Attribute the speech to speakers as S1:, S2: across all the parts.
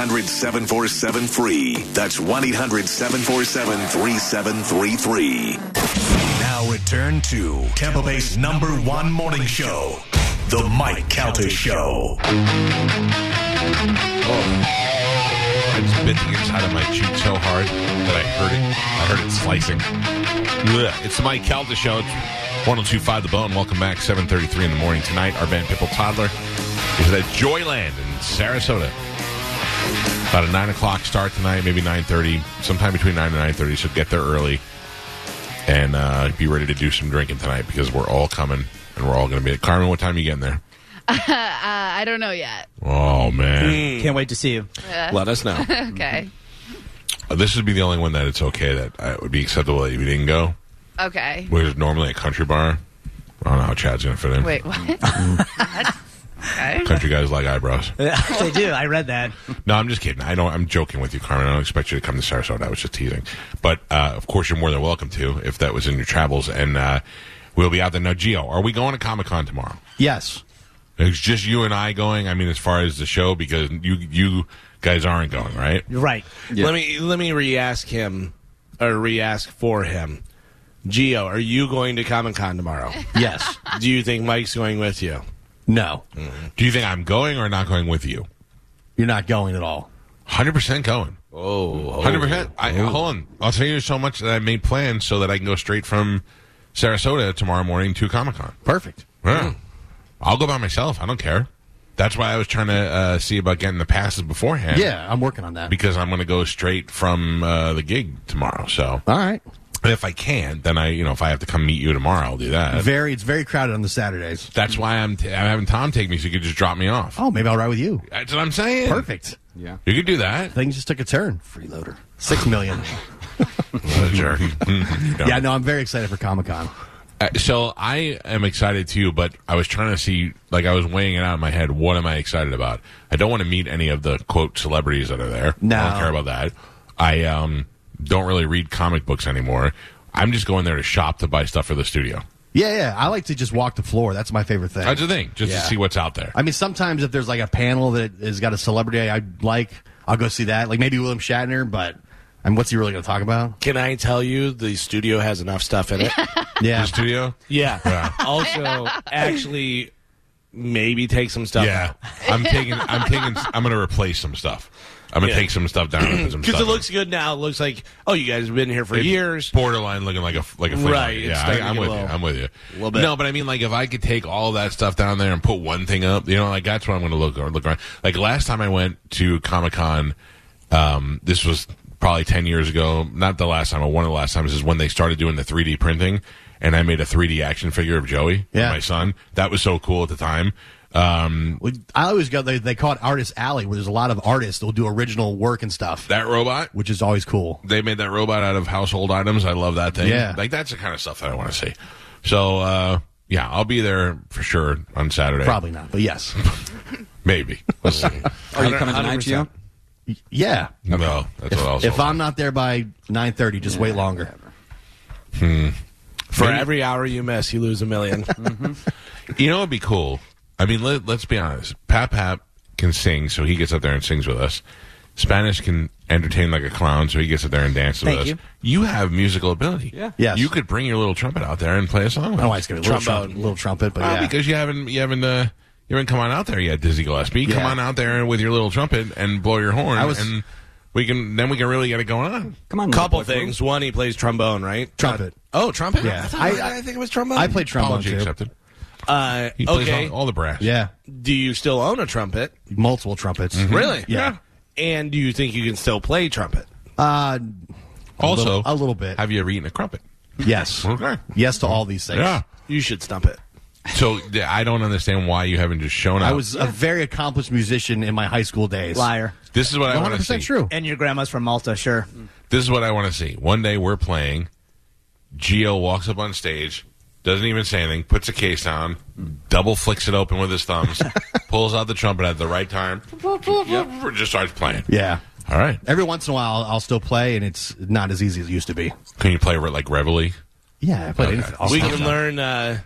S1: 800 747 free. That's 1 800 747 3733. Now return to Tampa Bay's number one morning show, The Mike Calter Show.
S2: I just bit the inside of my cheek so hard that I heard it. I heard it slicing. Ugh. It's the Mike Calda Show. It's 1025 The Bone. Welcome back. 733 in the morning tonight. Our band Pipple Toddler is at Joyland in Sarasota. About a 9 o'clock start tonight, maybe 9.30, sometime between 9 and 9.30. So get there early and uh, be ready to do some drinking tonight because we're all coming and we're all going to be at Carmen, what time are you getting there?
S3: I don't know yet.
S2: Oh, man.
S4: Mm.
S5: Can't wait to see you.
S6: Let us know.
S3: Okay.
S2: Uh, This would be the only one that it's okay that uh, would be acceptable that you didn't go.
S6: Mm-hmm.
S3: Okay.
S2: Which is normally a country bar. I don't know how Chad's going to fit in.
S3: Wait, what? okay.
S2: Country guys like eyebrows.
S5: they do. I read that.
S2: No, I'm just kidding. I know I'm joking with you, Carmen. I don't expect you to come to Sarasota. I was just teasing. But uh, of course, you're more than welcome to if that was in your travels. And uh, we'll be out there. Now, Geo, are we going to Comic Con tomorrow?
S5: Yes.
S2: It's just you and I going. I mean, as far as the show, because you you guys aren't going, right?
S5: You're right.
S6: Let me let me re-ask him or re-ask for him. Geo, are you going to Comic Con tomorrow?
S5: Yes.
S6: Do you think Mike's going with you?
S5: No.
S2: Do you think I'm going or not going with you?
S5: You're not going at all.
S2: 100% going.
S6: Oh,
S2: Hundred percent. I hold on. I'll tell you so much that I made plans so that I can go straight from Sarasota tomorrow morning to Comic Con.
S6: perfect.
S2: Yeah. I'll go by myself. I don't care. That's why I was trying to uh, see about getting the passes beforehand.
S5: Yeah, I'm working on that.
S2: Because I'm going to go straight from uh, the gig tomorrow. So
S5: all right.
S2: if I can't, then I, you know, if I have to come meet you tomorrow, I'll do that.
S7: Very, it's very crowded on the Saturdays.
S2: That's why I'm, t- I'm having Tom take me so you could just drop me off.
S7: Oh, maybe I'll ride with you.
S2: That's what I'm saying.
S7: Perfect.
S2: You could do that.
S7: Things just took a turn. Freeloader. Six million.
S2: What a jerk.
S7: yeah, no, I'm very excited for Comic Con.
S2: Uh, so I am excited too, but I was trying to see, like, I was weighing it out in my head. What am I excited about? I don't want to meet any of the quote celebrities that are there.
S7: No.
S2: I don't care about that. I um, don't really read comic books anymore. I'm just going there to shop to buy stuff for the studio.
S7: Yeah, yeah. I like to just walk the floor. That's my favorite thing.
S2: That's the thing, just
S7: Yeah.
S2: to see what's out there.
S7: I mean, sometimes if there's like a panel that has got a celebrity I, I like, I'll go see that. Like maybe William Shatner, but I mean, what's he really going to talk about?
S6: Can I tell you the studio has enough stuff in it?
S7: Yeah.
S2: the studio?
S6: yeah. Also, actually, maybe take some stuff.
S2: Yeah, I'm taking. I'm taking. I'm going to replace some stuff. I'm going to
S6: Yeah.
S2: take some stuff down. and put some
S6: because it
S2: stuff in.
S6: looks good now. It looks like oh, you guys have been here for
S2: It's
S6: years.
S2: borderline looking like a like a flea
S6: Right,
S2: market.
S6: it's
S2: Yeah, I,
S6: starting to
S2: I'm
S6: get
S2: with
S6: a
S2: you.
S6: little-
S2: I'm with you.
S6: little bit.
S2: No, but I mean, like if I could take all that stuff down there and put one thing up, you know, like that's what I'm going to look or look around. Like last time I went to Comic Con, um, this was probably ten years ago. Not the last time, but one of the last times is when they started doing the 3D printing, and I made a 3D action figure of Joey,
S7: Yeah.
S2: my son. That was so cool at the time. Um,
S7: Well, I always go, they, they call it Artist Alley, where there's a lot of artists that'll do original work and stuff,
S2: that robot.
S7: which is always cool.
S2: they made that robot out of household items. I love that thing.
S7: Yeah.
S2: Like that's the kind of stuff that I want to see. So uh yeah, I'll be there for sure on Saturday.
S7: Probably not, but yes.
S2: Maybe. We'll see.
S4: Are you coming tonight, Gio?
S7: yeah.
S2: Well, that's what I was
S7: If
S2: hoping.
S7: I'm not there by 9.30, just wait longer.
S6: For every hour you miss, you lose a million.
S2: You know, it'd be cool. I mean, let, let's be honest. Pap Pap can sing, so he gets up there and sings with us. Spanish can entertain like a clown, so he gets up there and dances with
S5: Thank
S2: us. You. have musical ability.
S4: Yeah.
S7: Yes.
S2: You could bring your little trumpet out there and play a song with
S7: I don't know why
S2: us.
S7: it's going to be a little
S6: Trombone.
S7: trumpet, little trumpet, but
S2: Well,
S7: yeah.
S2: because you haven't you haven't uh, you haven't come on out there yet, Dizzy Gillespie. Come
S7: Yeah.
S2: on out there with your little trumpet and blow your horn,
S7: I was-
S2: and we can then we can really get it going on.
S4: Come on. little
S6: Couple
S4: boy,
S6: things. One, he plays trombone, right?
S7: Trumpet.
S6: Oh, trumpet.
S7: Yeah.
S6: I, thought-
S7: I-
S6: I think it was trombone.
S7: I played trombone,
S2: Apology
S7: too.
S2: accepted.
S6: Uh,
S2: He plays
S6: okay.
S2: all, all the brass.
S7: Yeah.
S6: Do you still own a trumpet?
S7: Multiple trumpets.
S2: Mm-hmm.
S6: Really?
S7: Yeah.
S6: And do you think you can still play trumpet?
S7: Uh,
S2: Also,
S7: little- a little bit.
S2: Have you ever eaten a crumpet?
S7: yes.
S2: Okay.
S7: Yes to all these things.
S2: Yeah.
S6: You should stump it.
S2: So th- I don't understand why you haven't just shown up.
S7: I was a very accomplished musician in my high school days.
S5: Liar.
S2: This is what I want to see.
S7: 100% true.
S5: And your grandma's from Malta, sure.
S2: This is what I want to see. One day we're playing. Geo walks up on stage, doesn't even say anything, puts a case down, double flicks it open with his thumbs, pulls out the trumpet at the right time, just starts playing.
S7: Yeah.
S2: All right.
S7: Every once in a while, I'll still play, and it's not as easy as it used to be.
S2: Can you play re- like Reveille?
S7: Yeah, I played
S2: Okay.
S7: anything. I'll
S6: we
S7: stop
S6: can
S7: now.
S6: learn uh,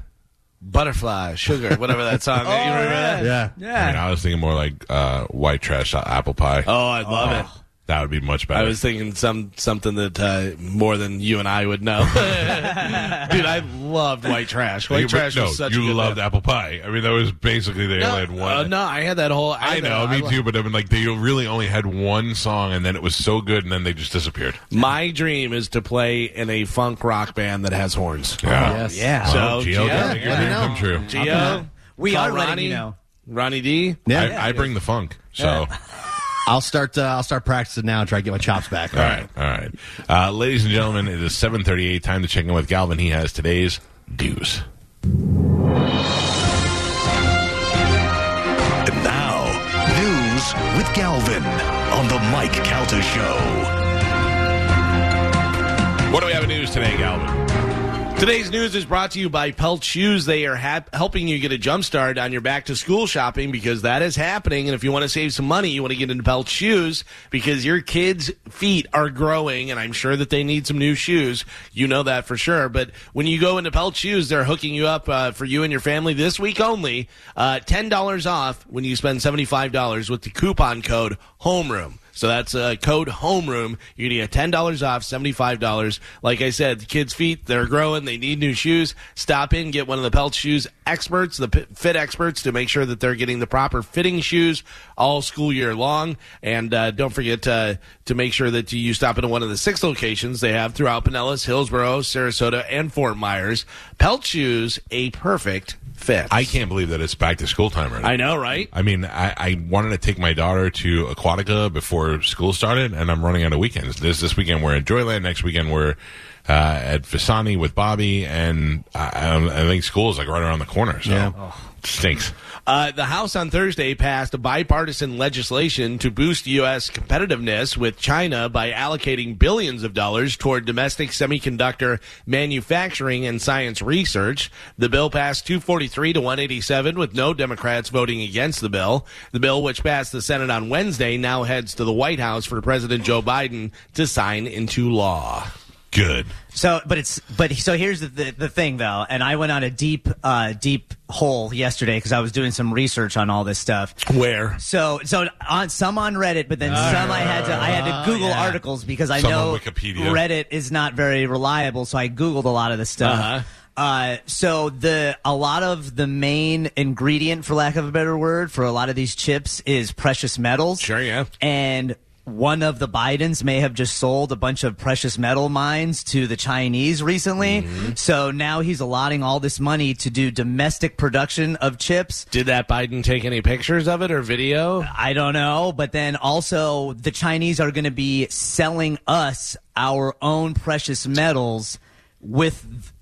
S6: Butterfly, Sugar, whatever that song. is.
S2: Oh,
S6: you remember that?
S7: Yeah.
S2: I,
S5: Yeah.
S2: mean, I was thinking more like uh, white trash apple pie.
S6: Oh, I love it.
S2: That would be much better.
S6: I was thinking some something that uh, more than you and I would know. Dude, I loved White Trash. White
S2: You-
S6: Trash
S2: no,
S6: was such a
S2: you
S6: good
S2: loved
S6: band.
S2: apple pie. I mean, that was basically they only had
S6: No,
S2: one.
S6: uh, no, I had that whole.
S2: I
S6: had that-
S2: know, me
S6: lo-
S2: too. But I mean, like they really only had one song, and then it was so good, and then they just disappeared.
S6: My dream is to play in a funk rock band that has horns.
S2: Yeah.
S5: Yes. Yeah.
S6: So-
S2: Well, Gio,
S6: Yeah,
S2: gotta make your
S5: let me
S2: dream
S5: know.
S2: come true.
S6: Gio,
S5: We
S6: call
S5: are letting
S6: Ronnie,
S5: you know.
S6: Ronnie D.
S7: Yeah.
S2: I, I bring the funk. So,
S7: I'll start. Uh, I'll start practicing now and try to get my chops back.
S2: all right, all right, uh, ladies and gentlemen, it is seven thirty-eight. Time to check in with Galvin. He has today's dues.
S1: And now, news with Galvin on the Mike Calta Show.
S2: What do we have in news today, Galvin?
S6: Today's news is brought to you by Pelt Shoes. They are hap- helping you get a jump start on your back to school shopping because that is happening. And if you want to save some money, you want to get into Pelt Shoes because your kids' feet are growing, and I'm sure that they need some new shoes. You know that for sure. But when you go into Pelt Shoes, they're hooking you up uh, for you and your family this week only. Uh, $10 off when you spend $75 with the coupon code HOMEROOM. So that's uh, code homeroom. You're going to get $10 off, $75. Like I said, the kids' feet, they're growing. They need new shoes. Stop in, get one of the Pelt Shoes experts, the p- fit experts, to make sure that they're getting the proper fitting shoes all school year long. And uh, don't forget uh, to make sure that you stop into one of the six locations they have throughout Pinellas, Hillsborough, Sarasota, and Fort Myers. Pelt Shoes, a perfect fit.
S2: I can't believe that it's back to school time right now.
S6: I know, right?
S2: I mean, I, I wanted to take my daughter to Aquatica before school started, and I'm running out of weekends. This this weekend we're in Joyland. Next weekend we're uh, at Visani with Bobby, and I, I'm- I think school is like right around the corner. So stinks.
S6: Uh, the House on Thursday passed bipartisan legislation to boost U.S. competitiveness with China by allocating billions of dollars toward domestic semiconductor manufacturing and science research. The bill passed 243 to 187 with no Democrats voting against the bill. The bill, which passed the Senate on Wednesday, now heads to the White House for President Joe Biden to sign into law.
S2: Good.
S4: So, but it's but so here's the the, the thing though, and I went on a deep uh, deep hole yesterday because I was doing some research on all this stuff.
S6: Where?
S4: So so on some on Reddit, but then some I had to I had to Google articles because I
S2: Some on
S4: know
S2: Wikipedia.
S4: Reddit is not very reliable, so I Googled a lot of this stuff.
S6: Uh-huh.
S4: Uh, so the a lot of the main ingredient, for lack of a better word, for a lot of these chips is precious metals.
S6: Sure, yeah.
S4: And one of the Bidens may have just sold a bunch of precious metal mines to the Chinese recently.
S2: Mm-hmm.
S4: So now he's allotting all this money to do domestic production of chips.
S6: Did that Biden take any pictures of it or video?
S4: I don't know, but then also the Chinese are going to be selling us our own precious metals with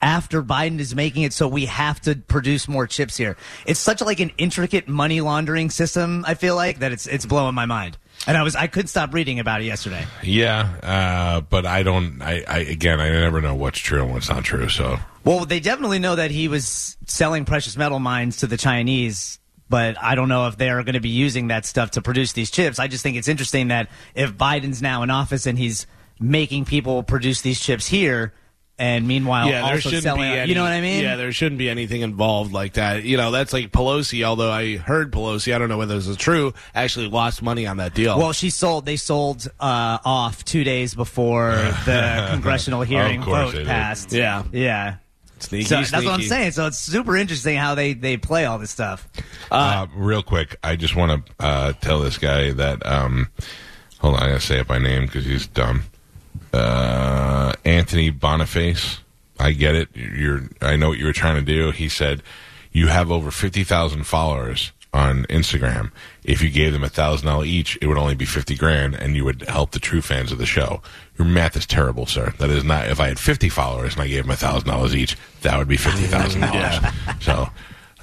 S4: after Biden is making it so we have to produce more chips here. It's such like an intricate money laundering system, I feel like that it's it's blowing my mind. And I was I couldn't stop reading about it yesterday.
S2: Yeah, uh, but I don't. I, I again, I never know what's true and what's not true. So
S4: Well, they definitely know that he was selling precious metal mines to the Chinese, but I don't know if they are going to be using that stuff to produce these chips. I just think it's interesting that if Biden's now in office and he's making people produce these chips here, and meanwhile also selling, you know what I mean?
S6: Yeah, there shouldn't be anything involved like that. You know, that's like Pelosi. Although I heard Pelosi, I don't know whether this is true. Actually, lost money on that deal.
S4: well, she sold. They sold uh, off two days before the congressional hearing
S2: course
S4: vote
S2: they did.
S4: passed.
S6: yeah,
S4: yeah.
S6: sneaky,
S4: So that's what I'm
S6: sneaky.
S4: saying. So it's super interesting how they they play all this stuff.
S2: Uh, real quick, I just want to uh, tell this guy that. Um, hold on, I gotta say it by name because he's dumb. Uh, Anthony Boniface. I get it. You're. I know what you were trying to do. He said, "You have over fifty thousand followers on Instagram. If you gave them a thousand dollars each, it would only be fifty grand, and you would help the true fans of the show." Your math is terrible, sir. That is not. If I had fifty followers and I gave them a thousand dollars each, that would be fifty thousand dollars. So.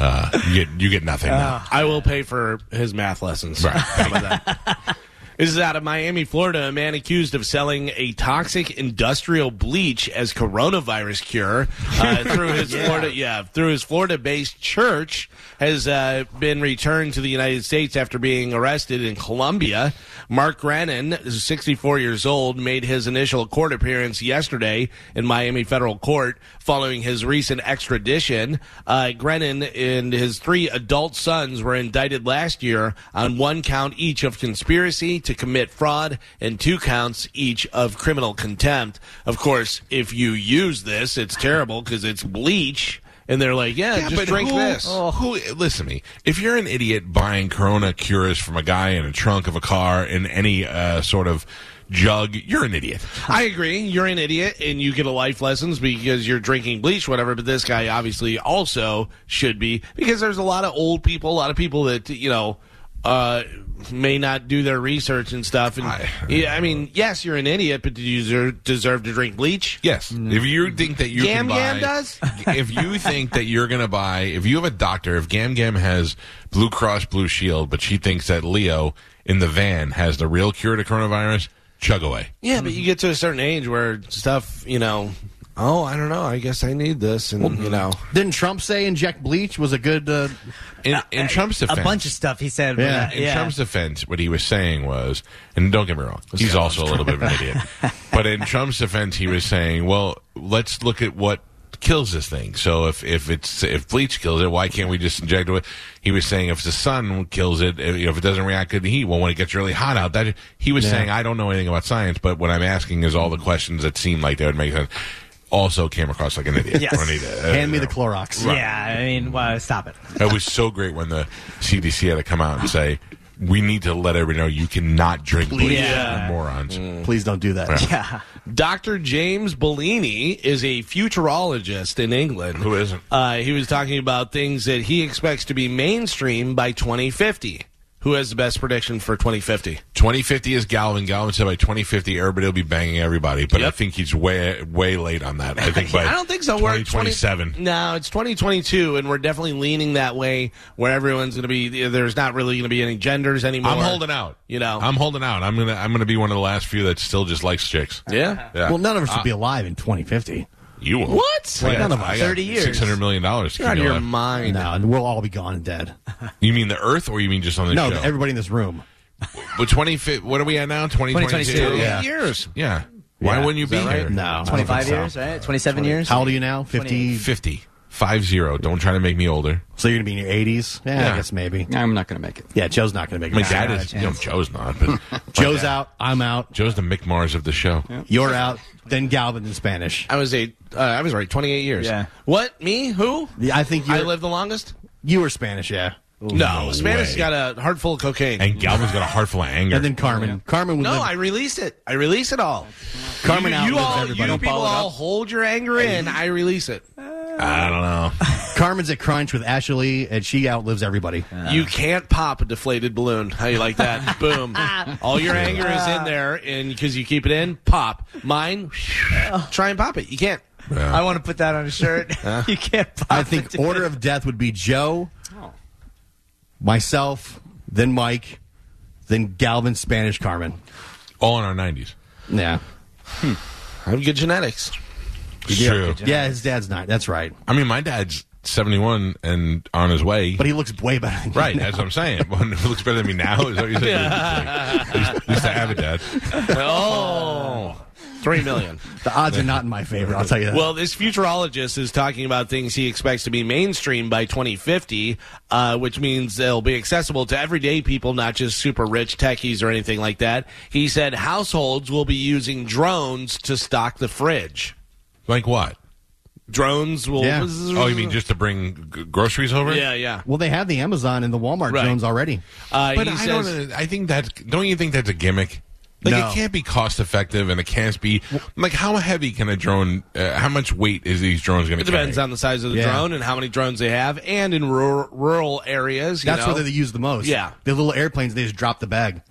S2: Uh, you get you get nothing now.
S6: I will pay for his math lessons.
S2: Right.
S6: How about that? This is out of Miami, Florida. A man accused of selling a toxic industrial bleach as coronavirus cure uh, through his Florida, yeah, through his Florida-based church has uh, been returned to the United States after being arrested in Colombia. Mark Grennan, who's 64 years old, made his initial court appearance yesterday in Miami federal court following his recent extradition. Uh, Grennan and his three adult sons were indicted last year on one count each of conspiracy to commit fraud and two counts each of criminal contempt. Of course, if you use this, it's terrible because it's bleach. And they're like, yeah, just drink
S2: who, Oh,
S6: this.
S2: Who, listen to me. If you're an idiot buying Corona cures from a guy in a trunk of a car in any uh, sort of jug, you're an idiot.
S6: I agree. You're an idiot, and you get a life lessons because you're drinking bleach, whatever. But this guy obviously also should be because there's a lot of old people, a lot of people that you know uh, may not do their research and stuff. And
S2: I-
S6: yeah, I mean, yes, you're an idiot, but do you deserve, deserve to drink bleach?
S2: Yes. If you think that you can
S6: Gam
S2: buy,
S6: Gam does?
S2: if you think that you're going to buy, if you have a doctor, if Gam Gam has Blue Cross Blue Shield, but she thinks that Leo in the van has the real cure to coronavirus, chug away.
S6: Yeah, but you get to a certain age where stuff, you know. Oh, I don't know. I guess I need this, and you know.
S7: Didn't Trump say inject bleach was a good? Uh,
S2: In, in Trump's defense,
S4: a bunch of stuff he said.
S7: Yeah.
S4: Yeah,
S2: in
S4: yeah.
S2: Trump's defense, what he was saying was, and don't get me wrong, he's also a little bit of an idiot. But in Trump's defense, he was saying, well, let's look at what kills this thing. So if, if it's if bleach kills it, why can't we just inject it? with- He was saying if the sun kills it, if, you know, if it doesn't react to the heat, well, when it gets really hot out, that he was saying I don't know anything about science, but what I'm asking is all the questions that seem like they would make sense. Also came across like an idiot.
S4: Yes.
S2: Or an idiot.
S7: hand me
S2: Uh,
S7: the Clorox.
S4: yeah. I mean, well, stop it.
S2: it was so great when the CDC had to come out and say, "We need to let everybody know you cannot drink bleach,
S4: Yeah.
S2: you morons."
S6: Mm.
S7: Please don't do that.
S4: Yeah.
S6: Dr. James Bellini is a futurologist in England.
S2: Who isn't?
S6: Uh, he was talking about things that he expects to be mainstream by 2050. Who has the best prediction for 2050?
S2: 2050 is Galvin. Galvin said by 2050 everybody will be banging everybody, but I
S6: Yep.
S2: think he's way way late on that. I think by
S6: I don't think so. We're at
S2: 2027.
S6: 20 no, it's 2022, and we're definitely leaning that way where everyone's going to be. There's not really going to be any genders anymore.
S2: I'm holding out.
S6: You know.
S2: I'm holding out. I'm gonna I'm gonna be one of the last few that still just likes chicks.
S6: Yeah.
S2: Yeah.
S7: Well, none of us will be alive in 2050.
S2: you won't.
S6: What?
S2: I got,
S7: none of us.
S2: I got
S4: 30 years.
S2: Six hundred million dollars.
S6: You're out of your mind.
S7: No, and we'll all be gone and dead.
S2: You mean the Earth, or you mean just on the
S7: No,
S2: show?
S7: everybody in this room.
S2: but 20. fi- What are we at now?
S4: 2022,
S2: 2022.
S4: yeah.
S6: Eight years.
S2: Yeah. Why
S7: Yeah.
S2: wouldn't you be here?
S7: No, I don't think
S4: Twenty-five
S7: so.
S4: years, right? Twenty-seven years.
S7: How old are you now? 50.
S2: 50. 5 0. Don't try to make me older.
S7: So you're gonna be in your 80s? Yeah,
S2: Yeah.
S7: I guess maybe.
S8: I'm not going to make it.
S7: Yeah, Joe's not gonna make it.
S2: My
S7: Nah,
S2: dad
S7: not a
S2: is. You
S7: chance.
S2: know, Joe's not, but
S7: Joe's out. I'm out.
S2: Joe's the Mick Mars of the show.
S7: You're out. Then Galvin in Spanish.
S6: I was eight. Uh, I was right. 28 years.
S4: Yeah.
S6: What? Me? Who?
S7: Yeah, I think
S6: I
S7: you're-
S6: lived the longest.
S7: You were Spanish, yeah.
S6: No,
S2: no
S6: Spanish
S2: way.
S6: got a heart full of cocaine.
S2: And Galvin's got a heart full of anger.
S7: And then Carmen. Carmen was.
S6: no,
S7: in-
S6: I released it. I release it all.
S7: Carmen
S6: you,
S7: outlives
S6: you all,
S7: everybody.
S6: you
S7: Don't
S6: people
S7: follow it
S6: all
S7: up.
S6: hold your anger in. I release it.
S2: I don't know.
S7: Carmen's at Crunch with Ashley, and she outlives everybody.
S6: You can't pop a deflated balloon. How you like that? Boom. All your anger is
S7: Ah.
S6: in there, and because you keep it in, pop. Mine,
S7: Oh.
S6: try and pop it. You can't.
S4: I want to put that on a shirt. you can't. Pop
S7: I think
S4: it.
S7: order of death would be Joe, myself, then Mike, then Galvin, Spanish, Carmen.
S2: All in our 90s.
S7: Yeah.
S6: I have good genetics.
S2: It's true.
S7: Yeah, his dad's not. That's right.
S2: I mean, my dad's 71 and on his way.
S7: But he looks way better than
S2: Right, that's what I'm saying. One who looks better than me now is what you're saying. At least- at least I have a dad.
S6: Oh, three million.
S7: The odds are not in my favor, I'll tell you that.
S6: Well, this futurologist is talking about things he expects to be mainstream by 2050, uh, which means they'll be accessible to everyday people, not just super rich techies or anything like that. He said households will be using drones to stock the fridge.
S2: Like what?
S6: Drones will.
S7: Yeah.
S2: Oh, you mean just to bring g- groceries over?
S6: Yeah, yeah.
S7: Well, they have the Amazon and the Walmart
S6: Right.
S7: drones already.
S6: Uh,
S2: But
S6: he
S2: I
S6: says,
S2: don't. I think that. Don't you think that's a gimmick? Like
S7: No.
S2: it can't be cost effective, and it can't be like how heavy can a drone? Uh, how much weight is these drones going to?
S6: It depends on the size of the
S7: Yeah.
S6: drone and how many drones they have, and in rural, rural areas. You
S7: That's
S6: know,
S7: what they use the most.
S6: Yeah.
S7: The little airplanes, they just drop the bag.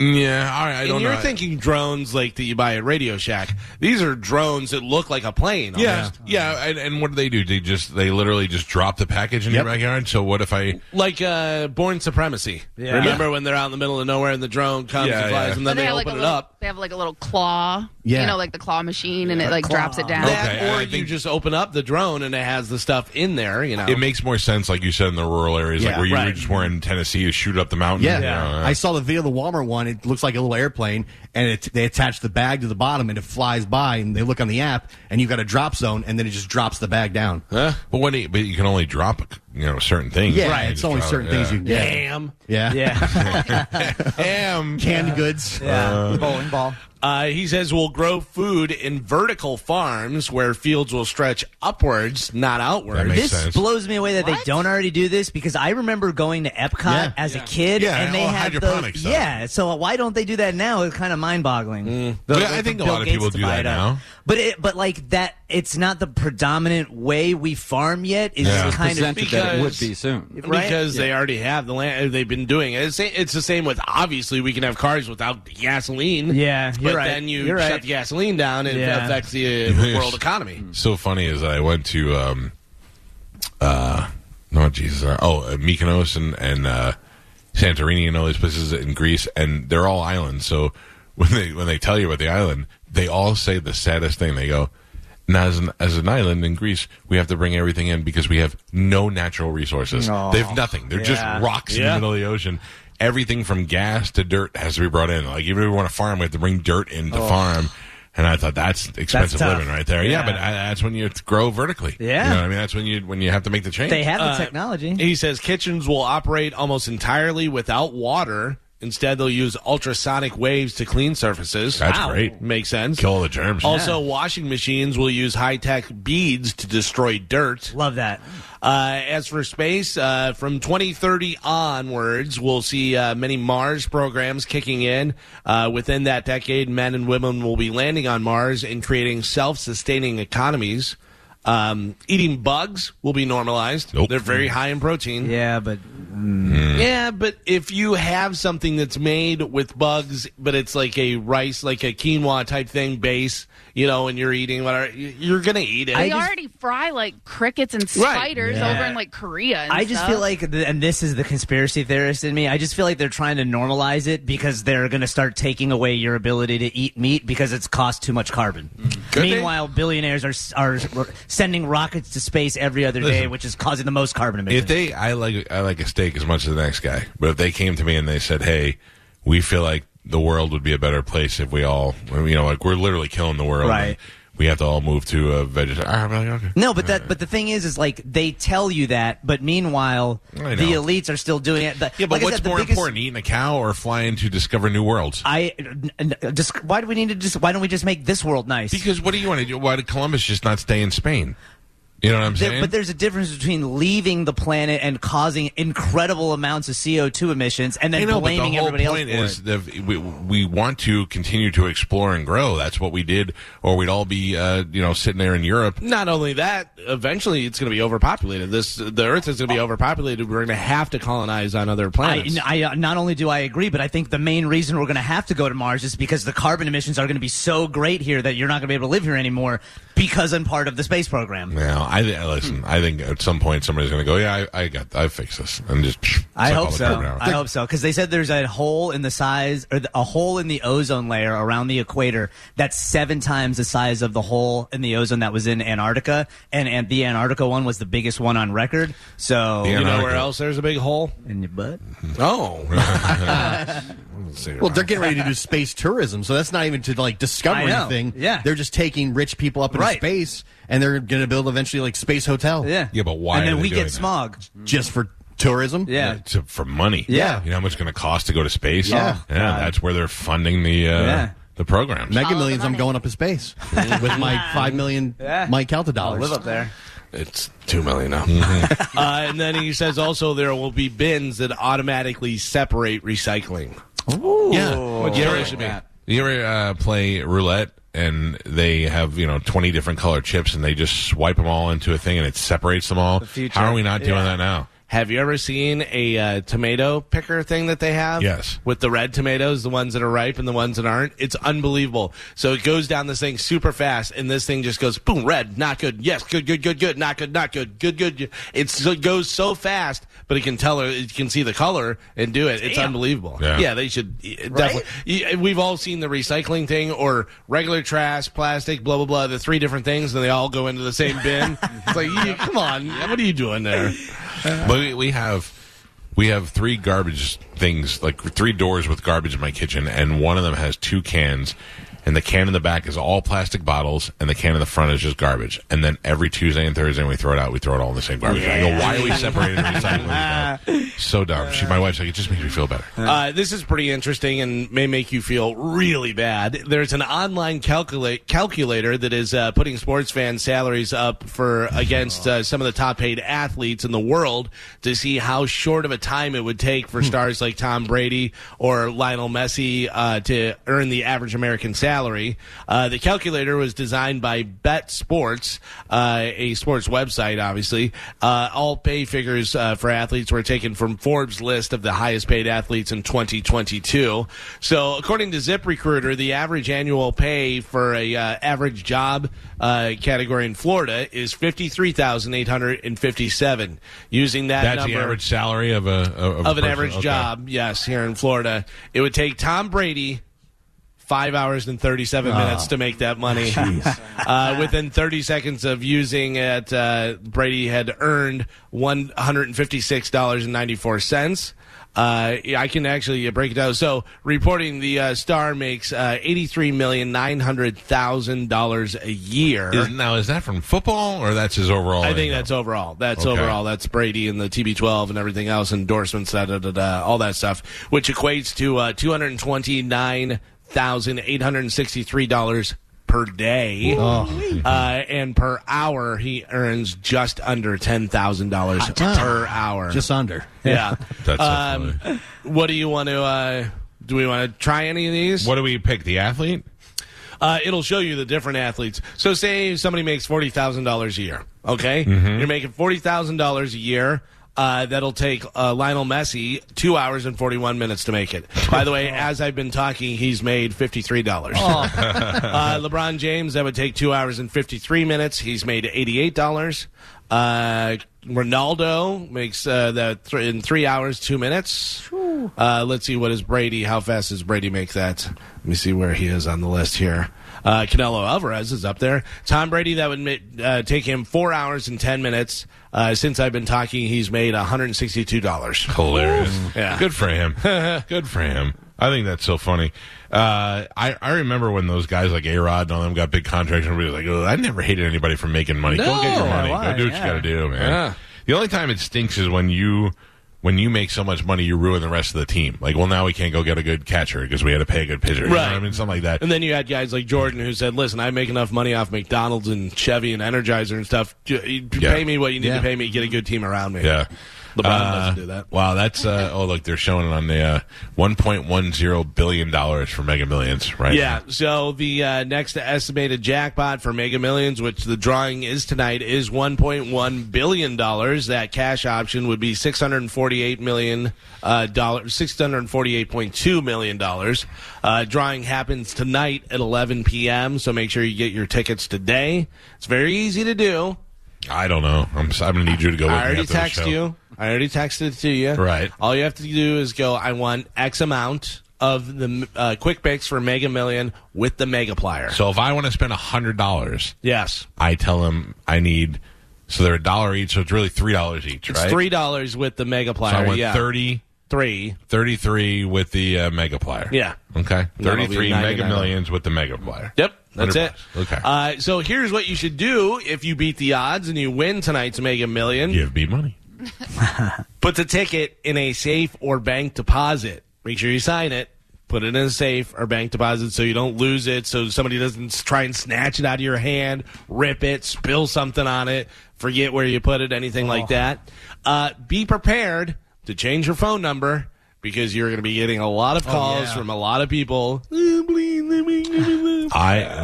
S2: Yeah, all right. I
S6: and you're thinking drones like that you buy at Radio Shack. These are drones that look like a plane.
S2: yeah,
S6: almost.
S2: yeah. And, and what do they do? They just they literally just drop the package in your backyard. So what if I?
S6: Like uh, Born Supremacy.
S5: Yeah.
S6: Remember when they're out in the middle of nowhere and the drone comes
S2: Yeah,
S6: and flies
S2: yeah.
S6: and
S3: So
S6: then they,
S3: have like
S6: open
S3: a
S6: it
S3: little,
S6: up?
S3: They have like a little claw.
S7: Yeah.
S3: You know, like the claw machine, and it like drops it down.
S2: Okay,
S6: That,
S2: I
S6: or you
S2: think-
S6: just open up the drone and it has the stuff in there, you know.
S2: It makes more sense, like you said, in the rural areas, like
S7: Yeah,
S2: where you were
S5: right.
S2: just were in Tennessee, you shoot up the mountain.
S7: Yeah.
S2: you know, uh,
S7: I saw the video of the Walmart one. It looks like a little airplane, and it, they attach the bag to the bottom, and it flies by, and they look on the app, and you've got a drop zone, and then it just drops the bag down.
S2: Huh? But when you, but you can only drop you know certain things.
S7: Yeah,
S2: You
S7: it's
S2: just
S7: only
S2: drop it,
S7: certain things you can get.
S6: Damn.
S7: Yeah.
S4: Yeah.
S2: Damn.
S7: Canned goods.
S4: yeah. Bowling ball.
S6: Uh, he says we'll grow food in vertical farms where fields will stretch upwards, not outwards.
S2: That makes
S4: This
S2: sense.
S4: blows me away that they
S3: What?
S4: don't already do this because I remember going to Epcot
S7: Yeah.
S4: as a kid
S2: Yeah,
S4: and they
S2: all
S4: had
S2: hydroponic
S4: those,
S2: stuff.
S4: Yeah, so why don't they do that now? It's kind of mind-boggling.
S2: Yeah,
S4: The-
S2: I
S4: for
S2: think a
S4: Bill
S2: lot of
S4: Gates
S2: people
S4: to
S2: do
S4: buy
S2: that
S4: it up.
S2: now.
S4: But it, but like that, it's not the predominant way we farm yet. Is
S2: Yeah.
S4: kind of
S8: presented that it would
S6: because-
S8: be soon.
S4: right?
S6: Because they already have the land, uh, they've been doing it. It's, sa- it's the same with obviously we can have cars without gasoline.
S4: Yeah,
S6: but
S4: you're right.
S6: then you
S4: You're
S6: shut
S4: right.
S6: the gasoline down and it
S4: Yeah.
S6: affects the uh, world economy.
S2: So funny is I went to um, uh, no Jesus, uh, oh uh, Mykonos and and uh, Santorini and all these places in Greece, and they're all islands. So when they when they tell you about the island, they all say the saddest thing. They go. Now, as an, as an island in Greece, we have to bring everything in because we have no natural resources. They have nothing. They're just
S4: Yeah.
S2: rocks in the
S6: Yeah.
S2: middle of the ocean. Everything from gas to dirt has to be brought in. Like, even if we want to farm, we have to bring dirt in to farm. And I thought that's expensive
S4: tough.
S2: living right there. Yeah,
S4: Yeah.
S2: but I, that's when you grow vertically.
S4: Yeah.
S2: you know what I mean. That's when you when you have to make the change.
S4: they have the
S6: Uh,
S4: technology.
S6: He says kitchens will operate almost entirely without water. Instead, they'll use ultrasonic waves to clean surfaces.
S2: That's Wow. great.
S6: Makes sense.
S2: kill all the germs.
S6: Also, washing machines will use high tech beads to destroy dirt.
S4: Love that.
S6: Uh, as for space, uh, from 2030 onwards, we'll see uh, many Mars programs kicking in. Uh, within that decade, men and women will be landing on Mars and creating self sustaining economies. Um, eating bugs will be normalized.
S2: Nope.
S6: They're very high in protein.
S4: Yeah, but
S6: Yeah, but if you have something that's made with bugs, but it's like a rice, like a quinoa type thing base, you know, and you're eating whatever, y- you're gonna eat it.
S3: They already fry like crickets and
S6: Right.
S3: spiders
S4: Yeah.
S3: over in like Korea. And
S4: I just
S3: stuff.
S4: feel like, th- and this is the conspiracy theorist in me. I just feel like they're trying to normalize it because they're going to start taking away your ability to eat meat because it's cost too much carbon.
S2: Mm.
S4: Meanwhile, billionaires are s- are s- r- sending rockets to space every other day,
S2: Listen.
S4: which is causing the most carbon
S2: if
S4: emissions.
S2: they, I like I like a steak as much as the next guy. But if they came to me and they said, "Hey, we feel like the world would be a better place if we all, you know, like we're literally killing the world.
S4: Right. Mm,
S2: and We have to all move to a vegetarian." I'm like, okay.
S4: no, but that but the thing is, is like they tell you that, but meanwhile, the
S2: I know.
S4: elites are still doing it. The-
S2: Yeah, but
S4: like I
S2: what's
S4: said, the
S2: more
S4: biggest-
S2: important, eating a cow or flying to discover new worlds?
S4: I n- n- just why do we need to just why don't we just make this world nice?
S2: because what do you want to do? Why did Columbus just not stay in Spain? You know what I'm
S4: There-
S2: saying?
S4: but there's a difference between leaving the planet and causing incredible amounts of CO2 emissions and then
S2: I know,
S4: blaming
S2: but the
S4: everybody
S2: whole
S4: else
S2: point
S4: for
S2: is
S4: it.
S2: that we, we want to continue to explore and grow. That's what we did, or we'd all be, uh, you know, sitting there in Europe.
S6: Not only that, eventually it's gonna be overpopulated. This the Earth is gonna be overpopulated. We're gonna have to colonize on other
S4: I,
S6: planets.
S4: I, uh, not only do I agree, but I think the main reason we're going to have to go to Mars is because the carbon emissions are going to be so great here that you're not going to be able to live here anymore because I'm part of the space program.
S2: Now, I th- listen. I think at some point somebody's going to go, "Yeah, I, I got, I fixed this," and just. psh,
S4: I
S2: suck all
S4: hope
S2: the
S4: so.
S2: carbon out.
S4: I hope so because they said there's a hole in the size or the, a hole in the ozone layer around the equator that's seven times the size of the hole in the ozone that was in Antarctica, and and the Antarctica one was the biggest one on record. So
S2: The
S6: you know
S2: Antarctica.
S6: where else there's a big hole?
S4: in your butt.
S6: Oh,
S7: Well, they're getting ready to do space tourism, so that's not even to like discover
S4: I know.
S7: anything.
S4: Yeah.
S7: they're just taking rich people up into
S4: Right.
S7: space, and they're going to build eventually like space hotel.
S4: Yeah.
S2: Yeah, but why
S4: And
S2: are
S4: then
S2: they
S4: we
S2: doing
S4: get
S2: that?
S4: smog.
S7: just for tourism.
S4: Yeah.
S2: To, for money.
S4: Yeah.
S2: You know how much it's going to cost to go to space?
S7: Yeah.
S2: Yeah. that's where they're funding the uh,
S4: Yeah.
S2: the programs.
S7: Mega
S3: Follow the
S7: Millions, I'm
S3: money.
S7: going up to space with my five million Mike Calta dollars.
S4: Live up there.
S6: it's two million now.
S2: Mm-hmm.
S6: uh, and then he says also there will be bins that automatically separate recycling.
S7: Oh,
S2: Yeah.
S6: What you should be.
S2: You ever uh, play roulette and they have you know twenty different color chips and they just swipe them all into a thing and it separates them all?
S4: future.
S2: How are we not doing that now?
S6: Have you ever seen a uh, tomato picker thing that they have?
S2: Yes.
S6: With the red tomatoes, the ones that are ripe and the ones that aren't. It's unbelievable. So it goes down this thing super fast, and this thing just goes boom, red, not good. Yes, good, good, good, good, not good, not good, good, good. good. It's, so- it goes so fast, but it can tell her, it can see the color and do it. It's unbelievable.
S2: Yeah.
S6: they should eh, definitely. Yeah, We've all seen the recycling thing or regular trash, plastic, blah, blah, blah, the three different things, and they all go into the same bin. it's like, you, come on, what are you doing there?
S2: But we, we have we have three garbage things, like three doors with garbage in my kitchen, and one of them has two cans. And the can in the back is all plastic bottles, and the can in the front is just garbage. And then every Tuesday and Thursday, when we throw it out, we throw it all in the same garbage. I go, why are we separating the recycling? You know? so dumb. She, my wife's like, it just makes me feel better.
S6: Uh, this is pretty interesting and may make you feel really bad. There's an online calculate calculator that is uh, putting sports fan salaries up for against uh, some of the top paid athletes in the world to see how short of a time it would take for stars like Tom Brady or Lionel Messi uh, to earn the average American salary. Uh, the calculator was designed by Bet Sports, uh, a sports website, obviously. Uh, all pay figures uh, for athletes were taken from Forbes' list of the highest paid athletes in 2022. So, according to ZipRecruiter, the average annual pay for a uh, average job uh, category in Florida is fifty three thousand eight hundred and fifty seven. Using that
S2: That's
S6: number,
S2: the average salary of a of, a
S6: of an
S2: person.
S6: average
S2: Okay.
S6: job, yes, here in Florida. It would take Tom Brady five hours and 37
S2: Ah.
S6: minutes to make that money. Uh, within 30 seconds of using it, uh, Brady had earned $156.94. Uh, yeah, I can actually break it down. So, reporting the uh, star makes uh, eighty-three million nine hundred thousand dollars a year.
S2: Is- now, is that from football or that's his overall?
S6: I think
S2: income?
S6: that's overall. That's
S2: Okay.
S6: overall. That's Brady and the TB12 and everything else, endorsements, da da da, da all that stuff, which equates to uh, two hundred twenty nine thousand eight hundred sixty three dollars per day,
S2: Oh.
S6: uh, and per hour he earns just under ten thousand dollars per hour.
S5: Just under.
S6: yeah.
S2: That's
S6: Um,
S2: definitely-
S6: what do you want to? Uh, do we want to try any of these?
S2: what do we pick? The athlete?
S6: uh, it'll show you the different athletes. So, say somebody makes forty thousand dollars a year. Okay, you're making forty thousand dollars a year. Uh, that'll take uh, Lionel Messi two hours and forty one minutes to make it. By the way, as I've been talking, he's made fifty three dollars. uh, LeBron James that would take two hours and fifty three minutes. He's made eighty eight dollars. Uh, Ronaldo makes uh, that th- in three hours two minutes. Uh, let's see what is Brady. How fast does Brady make that? Let me see where he is on the list here. Uh, Canelo Alvarez is up there. Tom Brady that would ma- uh, take him four hours and ten minutes. Uh, since I've been talking, he's made one hundred and sixty two dollars.
S2: Hilarious.
S6: Yeah.
S2: Good for him. Good for him. I think that's so funny. Uh, I, I remember when those guys like A Rod and all them got big contracts, and everybody was like, oh, I never hated anybody for making money. Go get your money. Go do what you got to do, man.
S6: Yeah.
S2: The only time it stinks is when you. When you make so much money, you ruin the rest of the team. Like, well, now we can't go get a good catcher because we had to pay a good pitcher. You know what I
S6: Right.
S2: mean, something like that.
S6: And then you had guys like Jordan who said, "Listen, I make enough money off McDonald's and Chevy and Energizer and stuff. J- you
S2: Yeah.
S6: Pay me what you need
S2: Yeah.
S6: to pay me. Get a good team around me."
S2: Yeah. Uh,
S6: LeBron doesn't do that.
S2: Wow, that's uh, oh look, they're showing it on the uh, 1.10 billion dollars for Mega Millions, right?
S6: Yeah. So the uh, next estimated jackpot for Mega Millions, which the drawing is tonight, is 1.1 billion dollars. That cash option would be 648 million uh, dollars, 648.2 million dollars. Uh, drawing happens tonight at 11 p.m. So make sure you get your tickets today. It's very easy to do.
S2: I don't know. I'm, s- I'm gonna need you to go. with
S6: I
S2: me
S6: already
S2: after the
S6: texted
S2: show.
S6: you. I already texted it to you.
S2: Right.
S6: All you have to do is go. I want X amount of the uh, quick picks for Mega Million with the Mega Plier.
S2: So if I want to spend hundred dollars,
S6: yes,
S2: I tell them I need. So they're a dollar each, so it's really three dollars each,
S6: it's
S2: right?
S6: three dollars with the Mega
S2: So I
S6: Plier.
S2: want
S6: yeah,
S2: thirty,
S6: three.
S2: thirty-three 33 with the uh, megaplier.
S6: Yeah.
S2: Okay.
S6: that'll be
S2: 33 mega
S6: 99.
S2: millions with the megaplier.
S6: Yep, that's
S2: 100
S6: it.
S2: bucks. Okay.
S6: Uh, so here's what you should do if you beat the odds and you win tonight's Mega Million.
S2: Give me money.
S6: Put the ticket in a safe or bank deposit. Make sure you sign it. Put it in a safe or bank deposit so you don't lose it, so somebody doesn't s- try and snatch it out of your hand, rip it, spill something on it, forget where you put it, anything like that. Uh, be prepared to change your phone number because you're going to be getting a lot of calls from a lot of people.
S2: I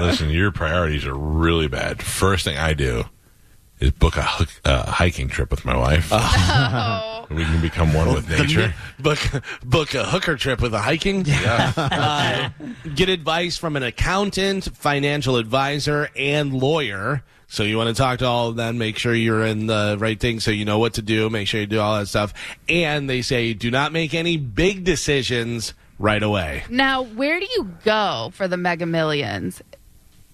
S2: listen. Your priorities are really bad. First thing I do is book a hu- uh, hiking trip with my wife.
S4: Oh.
S2: we can become one with nature.
S6: book book a hooker trip with a hiking. Uh, get advice from an accountant, financial advisor, and lawyer. So you want to talk to all of them. Make sure you're in the right thing, so you know what to do. Make sure you do all that stuff. And they say do not make any big decisions right away.
S3: Now, where do you go for the Mega Millions?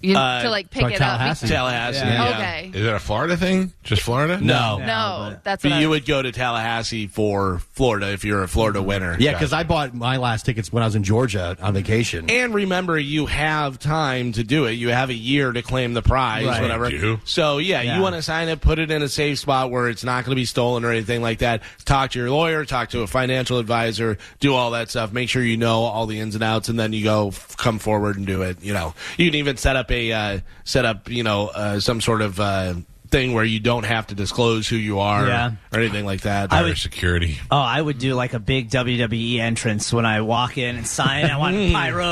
S3: You,
S6: Uh,
S3: to like pick
S5: like
S3: it up.
S5: Tallahassee.
S6: Tallahassee. yeah.
S3: Okay.
S2: Is that a Florida thing? Just Florida?
S6: No.
S3: No, that's what
S6: But
S3: I
S6: you
S3: was-
S6: would go to Tallahassee for Florida if you're a Florida winner.
S7: Yeah, because I bought my last tickets when I was in Georgia on vacation.
S6: And remember, you have time to do it. You have a year to claim the prize,
S2: Right.
S6: whatever.
S2: You do.
S6: So, yeah,
S4: Yeah.
S6: you want to sign up, put it in a safe spot where it's not going to be stolen or anything like that. Talk to your lawyer, talk to a financial advisor, do all that stuff. Make sure you know all the ins and outs, and then you go f- come forward and do it. You know, you can even set up a uh, set up, you know, uh, some sort of uh, thing where you don't have to disclose who you are
S4: Yeah.
S6: or anything like that.
S2: Better security.
S4: Oh, I would do like a big WWE entrance when I walk in and sign. I want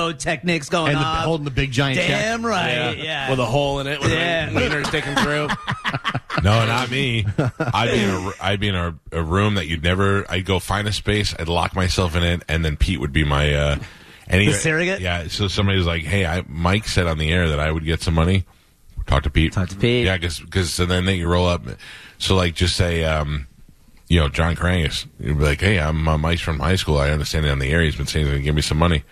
S4: pyrotechnics going
S7: And the,
S4: off.
S7: holding the big giant check.
S4: uh, Damn right, yeah.
S6: with a hole in it, with
S4: Yeah.
S6: yeah. wiener sticking through.
S2: No, not me. I'd be in a, I'd be in a, a room that you'd never. I'd go find a space. I'd lock myself in it, and then Pete would be my. Uh, any,
S4: The surrogate?
S2: Yeah. So somebody was like, "Hey, I, Mike said on the air that I would get some money. Talk to Pete.
S4: Talk to Pete.
S2: Yeah, because so then they can roll up. So like, just say, um, you know, John Krangus. You'd be like, "Hey, I'm uh, Mike's from high school. I understand it on the air. He's been saying he's going to give me some money."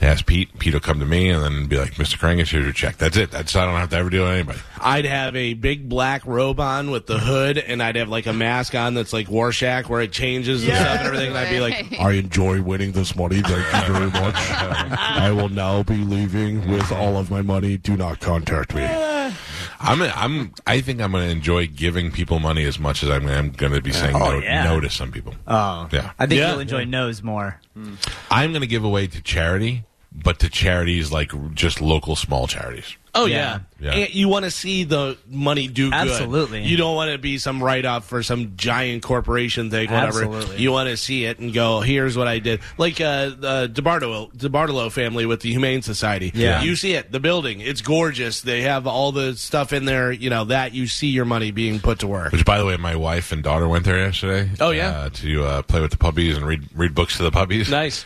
S2: They ask Pete. Pete will come to me and then be like, "Mr. Krangus, here's your check. That's it. That's I don't have to ever deal with anybody."
S6: I'd have a big black robe on with the hood, and I'd have like a mask on that's like Warshak, where it changes and stuff and everything. And I'd be like,
S8: I enjoy winning this money. Thank you very much. I will now be leaving with all of my money. Do not contact me.
S2: I'm I'm I think I'm going to enjoy giving people money as much as I'm, I'm going to be saying
S8: Oh,
S2: no,
S4: yeah.
S2: no to some people.
S4: Oh,
S2: yeah.
S4: I think
S6: Yeah.
S4: you'll enjoy nose more.
S2: I'm going to give away to charity, but to charities like just local small charities.
S6: "Oh
S4: Yeah.
S6: yeah,
S2: Yeah.
S6: And you want to see the money do good.
S4: Absolutely.
S6: You don't want to be some write off for some giant corporation thing, whatever.
S4: Absolutely.
S6: You want to see it and go, "Here's what I did." Like uh, the DeBartolo, DeBartolo family with the Humane Society.
S4: Yeah.
S6: you see it. The building, it's gorgeous. They have all the stuff in there. You know that you see your money being put to work.
S2: Which, by the way, my wife and daughter went there yesterday.
S6: Oh, yeah?
S2: uh, to uh, play with the puppies and read read books to the puppies.
S6: Nice.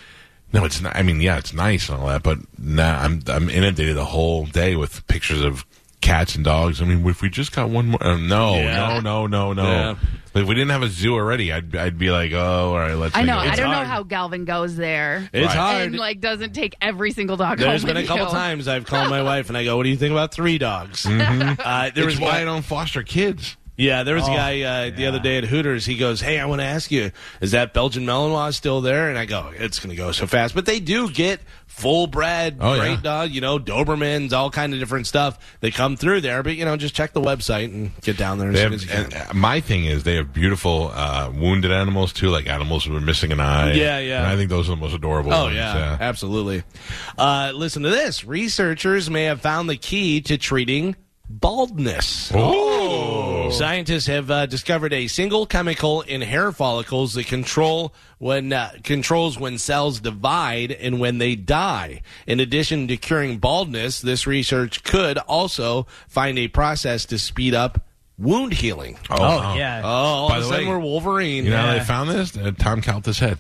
S2: No, it's not. I mean, yeah, it's nice and all that, but now I'm I'm inundated the whole day with pictures of cats and dogs. I mean, if we just got one more, uh, no,
S6: Yeah.
S2: no, no, no, no.
S6: Yeah.
S2: Like, if we didn't have a zoo already, I'd I'd be like, oh, all right, let's.
S3: I
S2: make
S3: know.
S2: it
S3: I don't
S6: hard.
S3: know how Galvin goes there.
S6: It's
S2: Right.
S6: hard.
S3: and like doesn't take every single dog.
S6: There's
S3: home
S6: been a
S3: with
S6: couple
S3: you.
S6: times I've called my wife and I go, "What do you think about three dogs?" Uh,
S2: Mm-hmm. It's Oh,
S6: there was a
S2: why
S6: guy-
S2: I don't foster kids.
S6: yeah, there was a guy uh, the other day at Hooters. He goes, "Hey, I want to ask you, is that Belgian Malinois still there?" And I go, "It's going to go so fast." But they do get full bred,
S2: Oh, yeah.
S6: great dog, you know, Dobermans, all kind of different stuff. They come through there, but you know, just check the website and get down there. As
S2: They
S6: soon
S2: have,
S6: as you
S2: and
S6: can.
S2: uh, my thing is they have beautiful uh, wounded animals too, like animals who are missing an eye.
S6: Yeah, yeah.
S2: And I think those are the most adorable.
S6: Oh
S2: ones,
S6: yeah, absolutely. Uh, listen to this: researchers may have found the key to treating baldness.
S2: Oh,
S6: Scientists have uh, discovered a single chemical in hair follicles that control when uh, controls when cells divide and when they die. In addition to curing baldness, this research could also find a process to speed up wound healing.
S2: oh,
S4: Oh,
S2: wow.
S4: yeah.
S6: Oh, all
S2: By
S6: of a
S2: the
S6: sudden
S2: way,
S6: we're Wolverine.
S2: You know, how they found this. Uh, Tom Calta's head.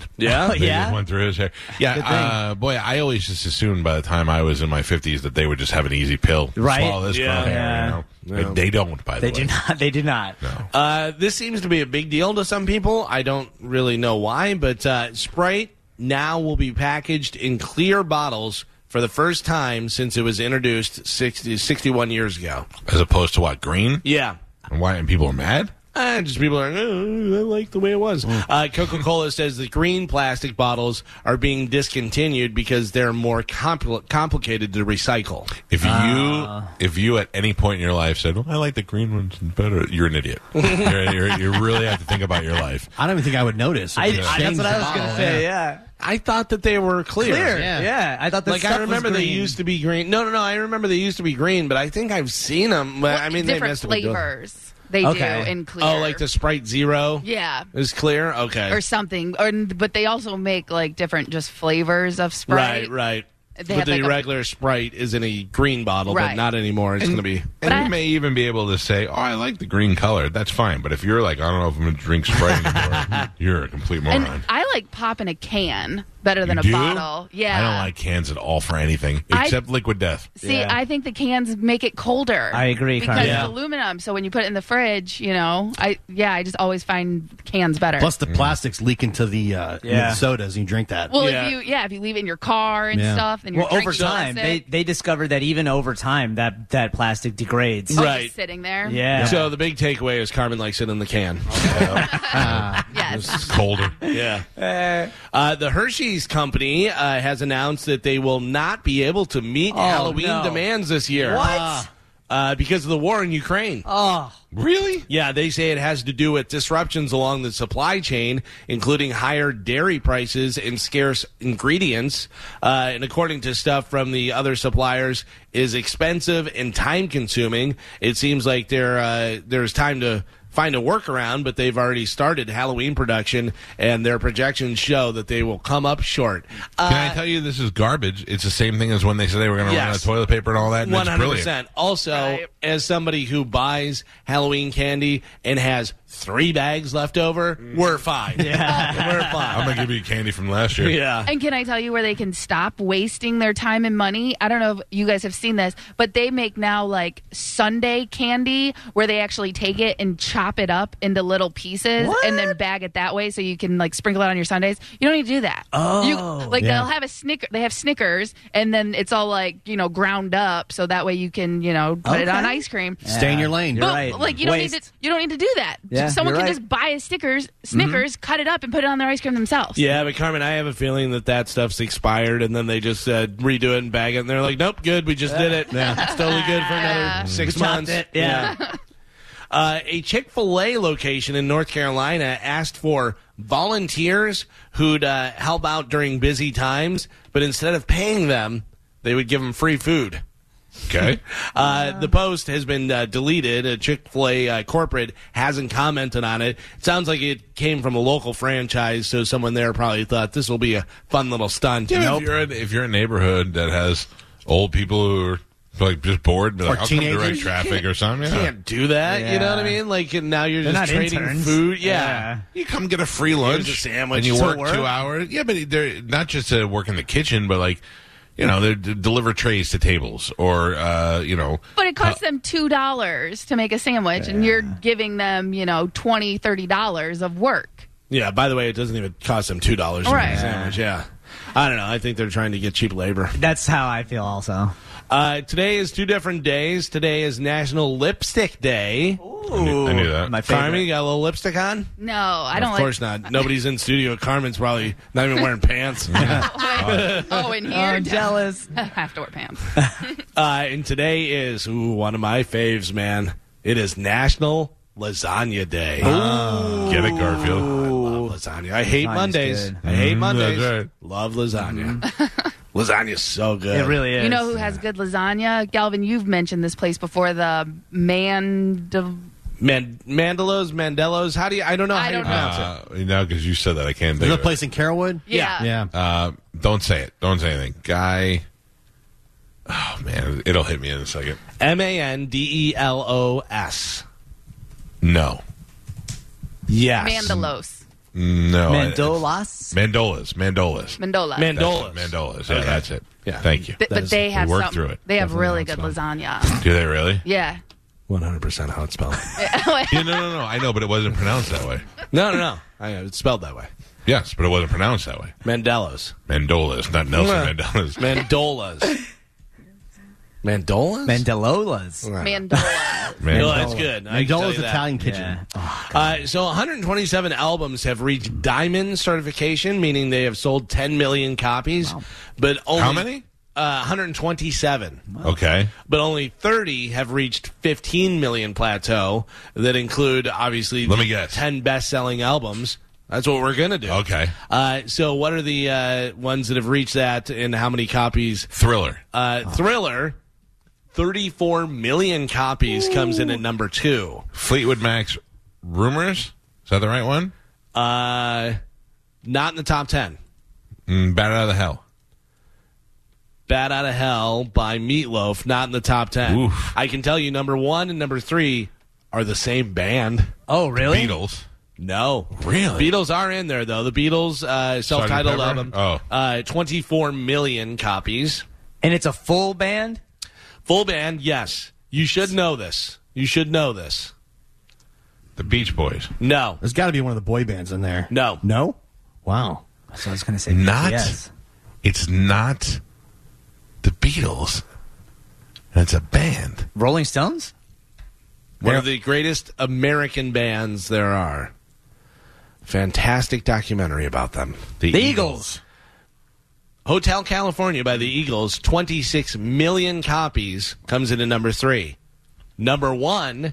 S6: yeah.
S2: They
S4: Yeah.
S2: just went through his hair. Yeah, uh, boy, I always just assumed by the time I was in my fifties that they would just have an easy pill.
S4: Right.
S2: Swallow this for
S6: Yeah.
S2: hair,
S4: Yeah.
S2: you know? They, they don't. By the
S4: They
S2: way,
S4: do not. They do not.
S6: Uh, this seems to be a big deal to some people. I don't really know why, but uh, Sprite now will be packaged in clear bottles for the first time since it was introduced 60, 61 years ago.
S2: as opposed to what green
S6: Yeah.
S2: and why, and people are mad.
S6: Uh, just people are like, oh, I like the way it was. Uh, Coca Cola says the green plastic bottles are being discontinued because they're more compl- complicated to recycle.
S2: If you
S3: Ah.
S2: if you at any point in your life said, oh, "I like the green ones better," you're an idiot. you're, you're, you really have to think about your life.
S7: I don't even think I would notice. if
S4: I,
S7: they
S4: I, that's
S7: changed
S4: what I
S7: the
S4: was gonna
S7: bottle,
S4: say.
S7: yeah.
S4: Yeah.
S6: I thought that they were clear.
S4: Clear. Yeah. I thought that.
S6: Like I remember they used to be green. No, no, no. I remember they used to be green, but I think I've seen them. But,
S3: Well,
S6: I mean, they
S3: different
S6: messed up with doing-
S3: flavors. They
S4: Okay.
S3: do in clear.
S6: Oh, like the Sprite Zero
S3: yeah.
S6: is clear. Okay,
S3: Or something, or but they also make like different just flavors of Sprite.
S6: right, right.
S3: They
S6: But
S3: have
S6: the
S3: like a-
S6: regular Sprite is in a green bottle, but
S3: Right.
S6: not anymore. It's going to be.
S2: And
S3: But
S2: you
S3: I-
S2: may even be able to say, "Oh, I like the green color. That's fine." But if you're like, "I don't know if I'm going to drink Sprite anymore," you're a complete moron.
S3: And I like pop in a can better than
S2: You
S3: a
S2: do?
S3: bottle. Yeah.
S2: I don't like cans at all for anything
S3: I-
S2: except Liquid Death.
S3: See, I think the cans make it colder.
S4: I agree,
S3: because
S4: Carmen.
S3: it's
S4: Yeah.
S3: aluminum. So when you put it in the fridge, you know, I yeah, I just always find cans better.
S7: Plus, the plastics leak into the, uh, into
S4: Yeah.
S7: the sodas, and you drink that.
S3: well,
S6: Yeah.
S3: if you yeah, if you leave it in your car and
S7: Yeah.
S3: stuff, then you're
S4: Well, over
S3: drinking
S4: time,
S3: it.
S4: they they discovered that even over time, that that plastic degrades.
S3: Oh,
S6: Right.
S3: just sitting there.
S4: Yeah.
S6: So the big takeaway is Carmen likes it in the can.
S3: Yes.
S2: colder.
S6: Yeah. Uh, the Hershey's company uh, has announced that they will not be able to meet
S3: Oh,
S6: Halloween
S4: no.
S6: demands this year.
S4: What?
S6: Uh, because of the war in Ukraine.
S4: Oh,
S2: really?
S6: Yeah, they say it has to do with disruptions along the supply chain, including higher dairy prices and scarce ingredients. Uh, and according to stuff from the other suppliers, is expensive and time consuming. It seems like there uh, there's time to find a workaround, but they've already started Halloween production, and their projections show that they will come up short. Uh,
S2: Can I tell you this is garbage? It's the same thing as when they said they were going to run out
S6: Yes.
S2: of toilet paper and all that. and
S6: One
S2: it's
S6: hundred
S2: brilliant.
S6: percent. Also,
S3: Right.
S6: as somebody who buys Halloween candy and has three bags left over, we're fine. Mm. Yeah, we're
S2: I'm
S6: fine.
S2: going to give you candy from last year.
S6: yeah.
S3: And can I tell you where they can stop wasting their time and money? I don't know if you guys have seen this, but they make now like Sunday candy where they actually take it and chop it up into little pieces and then bag it that way so you can like sprinkle it on your Sundays. You don't need to do that. Oh, you, like they'll have a snicker. They have Snickers and then it's all like you know ground up so that way you can you know put it on ice cream.
S7: Stay in your lane.
S4: You're
S3: But
S4: right.
S3: like you don't need
S4: Waste. Mm-hmm.
S3: to you don't need to do that.
S4: Yeah,
S3: Someone
S4: you're
S3: can
S4: right.
S3: just buy a Snickers, Snickers, cut it up and put it on their ice cream themselves.
S6: Yeah, but Carmen, I have a feeling that that stuff's expired, and then they just uh, redo it and bag it, and they're like, "Nope, good, we just did it. It's totally good for another six months."
S4: it, yeah.
S6: Uh, a Chick fil A location in North Carolina asked for volunteers who'd uh, help out during busy times, but instead of paying them, they would give them free food.
S2: Okay.
S6: Uh, the post has been uh, deleted. A Chick fil A uh, corporate hasn't commented on it. It sounds like it came from a local franchise, so someone there probably thought this will be a fun little stunt.
S2: Yeah, if, you're in, if you're in a neighborhood that has old people who are like just bored, be like, I'll come
S7: teenagers.
S2: direct traffic or something. Yeah.
S6: can't do that. You know what I
S4: Yeah.
S6: mean? Like, and now you're
S4: They're
S6: just
S4: not
S6: trading
S4: interns.
S6: food. yeah.
S4: Yeah.
S2: You come get a free lunch,
S6: Here's a sandwich.
S2: and you
S6: To
S2: work,
S6: work.
S2: two hours. Yeah, but they're not just to work in the kitchen, but like you know, they d- deliver trays to tables, or uh, you know,
S3: But it costs them two dollars to make a sandwich, and you're giving them, you know, twenty, thirty dollars of work.
S6: Yeah, by the way, it doesn't even cost them two dollars to make
S3: Right.
S6: a sandwich. Yeah. I don't know. I think they're trying to get cheap labor.
S4: That's how I feel. Also,
S6: Uh, today is two different days. Today is National Lipstick Day.
S2: I knew, I knew that.
S4: my favorite.
S6: Carmen, you got a little lipstick on?
S3: No, I don't
S6: of course not. Nobody's in studio. Carmen's probably not even wearing pants. uh,
S3: like. oh, in
S4: Oh,
S3: here,
S4: I'm jealous.
S3: I have to wear pants.
S6: Uh, and today is ooh, one of my faves, man. It is National Lasagna Day.
S2: Get it, Garfield.
S6: Love lasagna. I hate
S4: Lasagna's
S6: Mondays.
S4: good.
S6: I hate
S2: Mm, that's
S6: Mondays.
S2: right.
S6: Love lasagna. Lasagna's so good.
S4: It really is.
S3: You know who has good lasagna, Galvin? You've mentioned this place before. The man,
S6: Man, Mandelos, Mandelos. How do you? I don't know.
S3: I
S6: how
S3: don't
S6: you pronounce it.
S2: Uh, now, because you said that, I can't think.
S7: There's a
S2: Of it.
S7: place in Carrollwood?
S3: yeah,
S7: Yeah.
S2: Uh, don't say it. Don't say anything, guy. Oh man, it'll hit me in a second.
S6: M A N D E L O S.
S2: No,
S6: Yes.
S3: Mandalos,
S6: Oh,
S2: no. I-
S4: Mandolas?
S2: Mandolas. Mandolas.
S3: Mandola.
S6: Man-
S2: That's
S6: Mandolas.
S2: it. Mandolas. Yeah,
S6: Okay.
S2: that's it.
S6: Yeah.
S2: Thank you.
S3: Th-
S6: that
S3: but
S6: is-
S3: they
S6: we
S3: have
S2: worked
S3: some.
S2: through it.
S3: They have
S6: Definitely
S3: really
S6: not
S3: good lasagna.
S2: Do they really?
S3: Yeah,
S6: 100% how it's spelled.
S2: Yeah, no, no, no. I know, but it wasn't pronounced that way.
S6: no, no, no. I know. It's spelled that way.
S2: Yes, but it wasn't pronounced that way.
S6: Mandelos.
S2: Mandolas, not Nelson
S6: Yeah.
S2: Mandelas.
S6: Mandolas. Mandolas?
S4: Mandalolas.
S6: Oh,
S3: Mandola.
S6: No,
S2: Man-
S6: that's good. I can tell
S7: Mandola's
S6: you that.
S7: Italian Kitchen.
S6: Uh, so 127 albums have reached diamond certification, meaning they have sold 10 million copies. But only,
S2: How many?
S6: Uh, 127.
S2: Okay.
S6: But only 30 have reached 15 million plateau. That include obviously
S2: Let
S6: the
S2: me guess.
S6: 10 best-selling albums. That's what we're gonna do.
S2: Okay.
S6: Uh, so what are the uh, ones that have reached that, and how many copies?
S2: Thriller.
S6: Uh, Thriller. 34 million copies comes in at number two.
S2: Fleetwood Mac's Rumors. Is that the right one?
S6: Uh, not in the top 10.
S2: Mm, Bat Out of the Hell.
S6: Bad Out of Hell by Meatloaf, not in the top 10.
S2: Oof.
S6: I can tell you number one and number three are the same band.
S4: Oh, really?
S2: Beatles.
S6: No.
S2: Really?
S6: Beatles are in there, though. The Beatles uh, self titled
S2: Pepper?
S6: album.
S2: Oh.
S6: Uh, 24 million copies.
S4: And it's a full band.
S6: Full band, yes. You should know this. You should know this.
S2: The Beach Boys.
S6: No.
S7: There's got to be one of the boy bands in there.
S6: No.
S7: No? Wow.
S4: So I was gonna say
S2: Not?
S4: BTS.
S2: It's not the Beatles. It's a band.
S4: Rolling Stones.
S6: One of the greatest American bands there are. Fantastic documentary about them.
S2: The,
S4: The Eagles.
S6: Hotel California by the Eagles, 26 million copies, comes in at number three. Number one,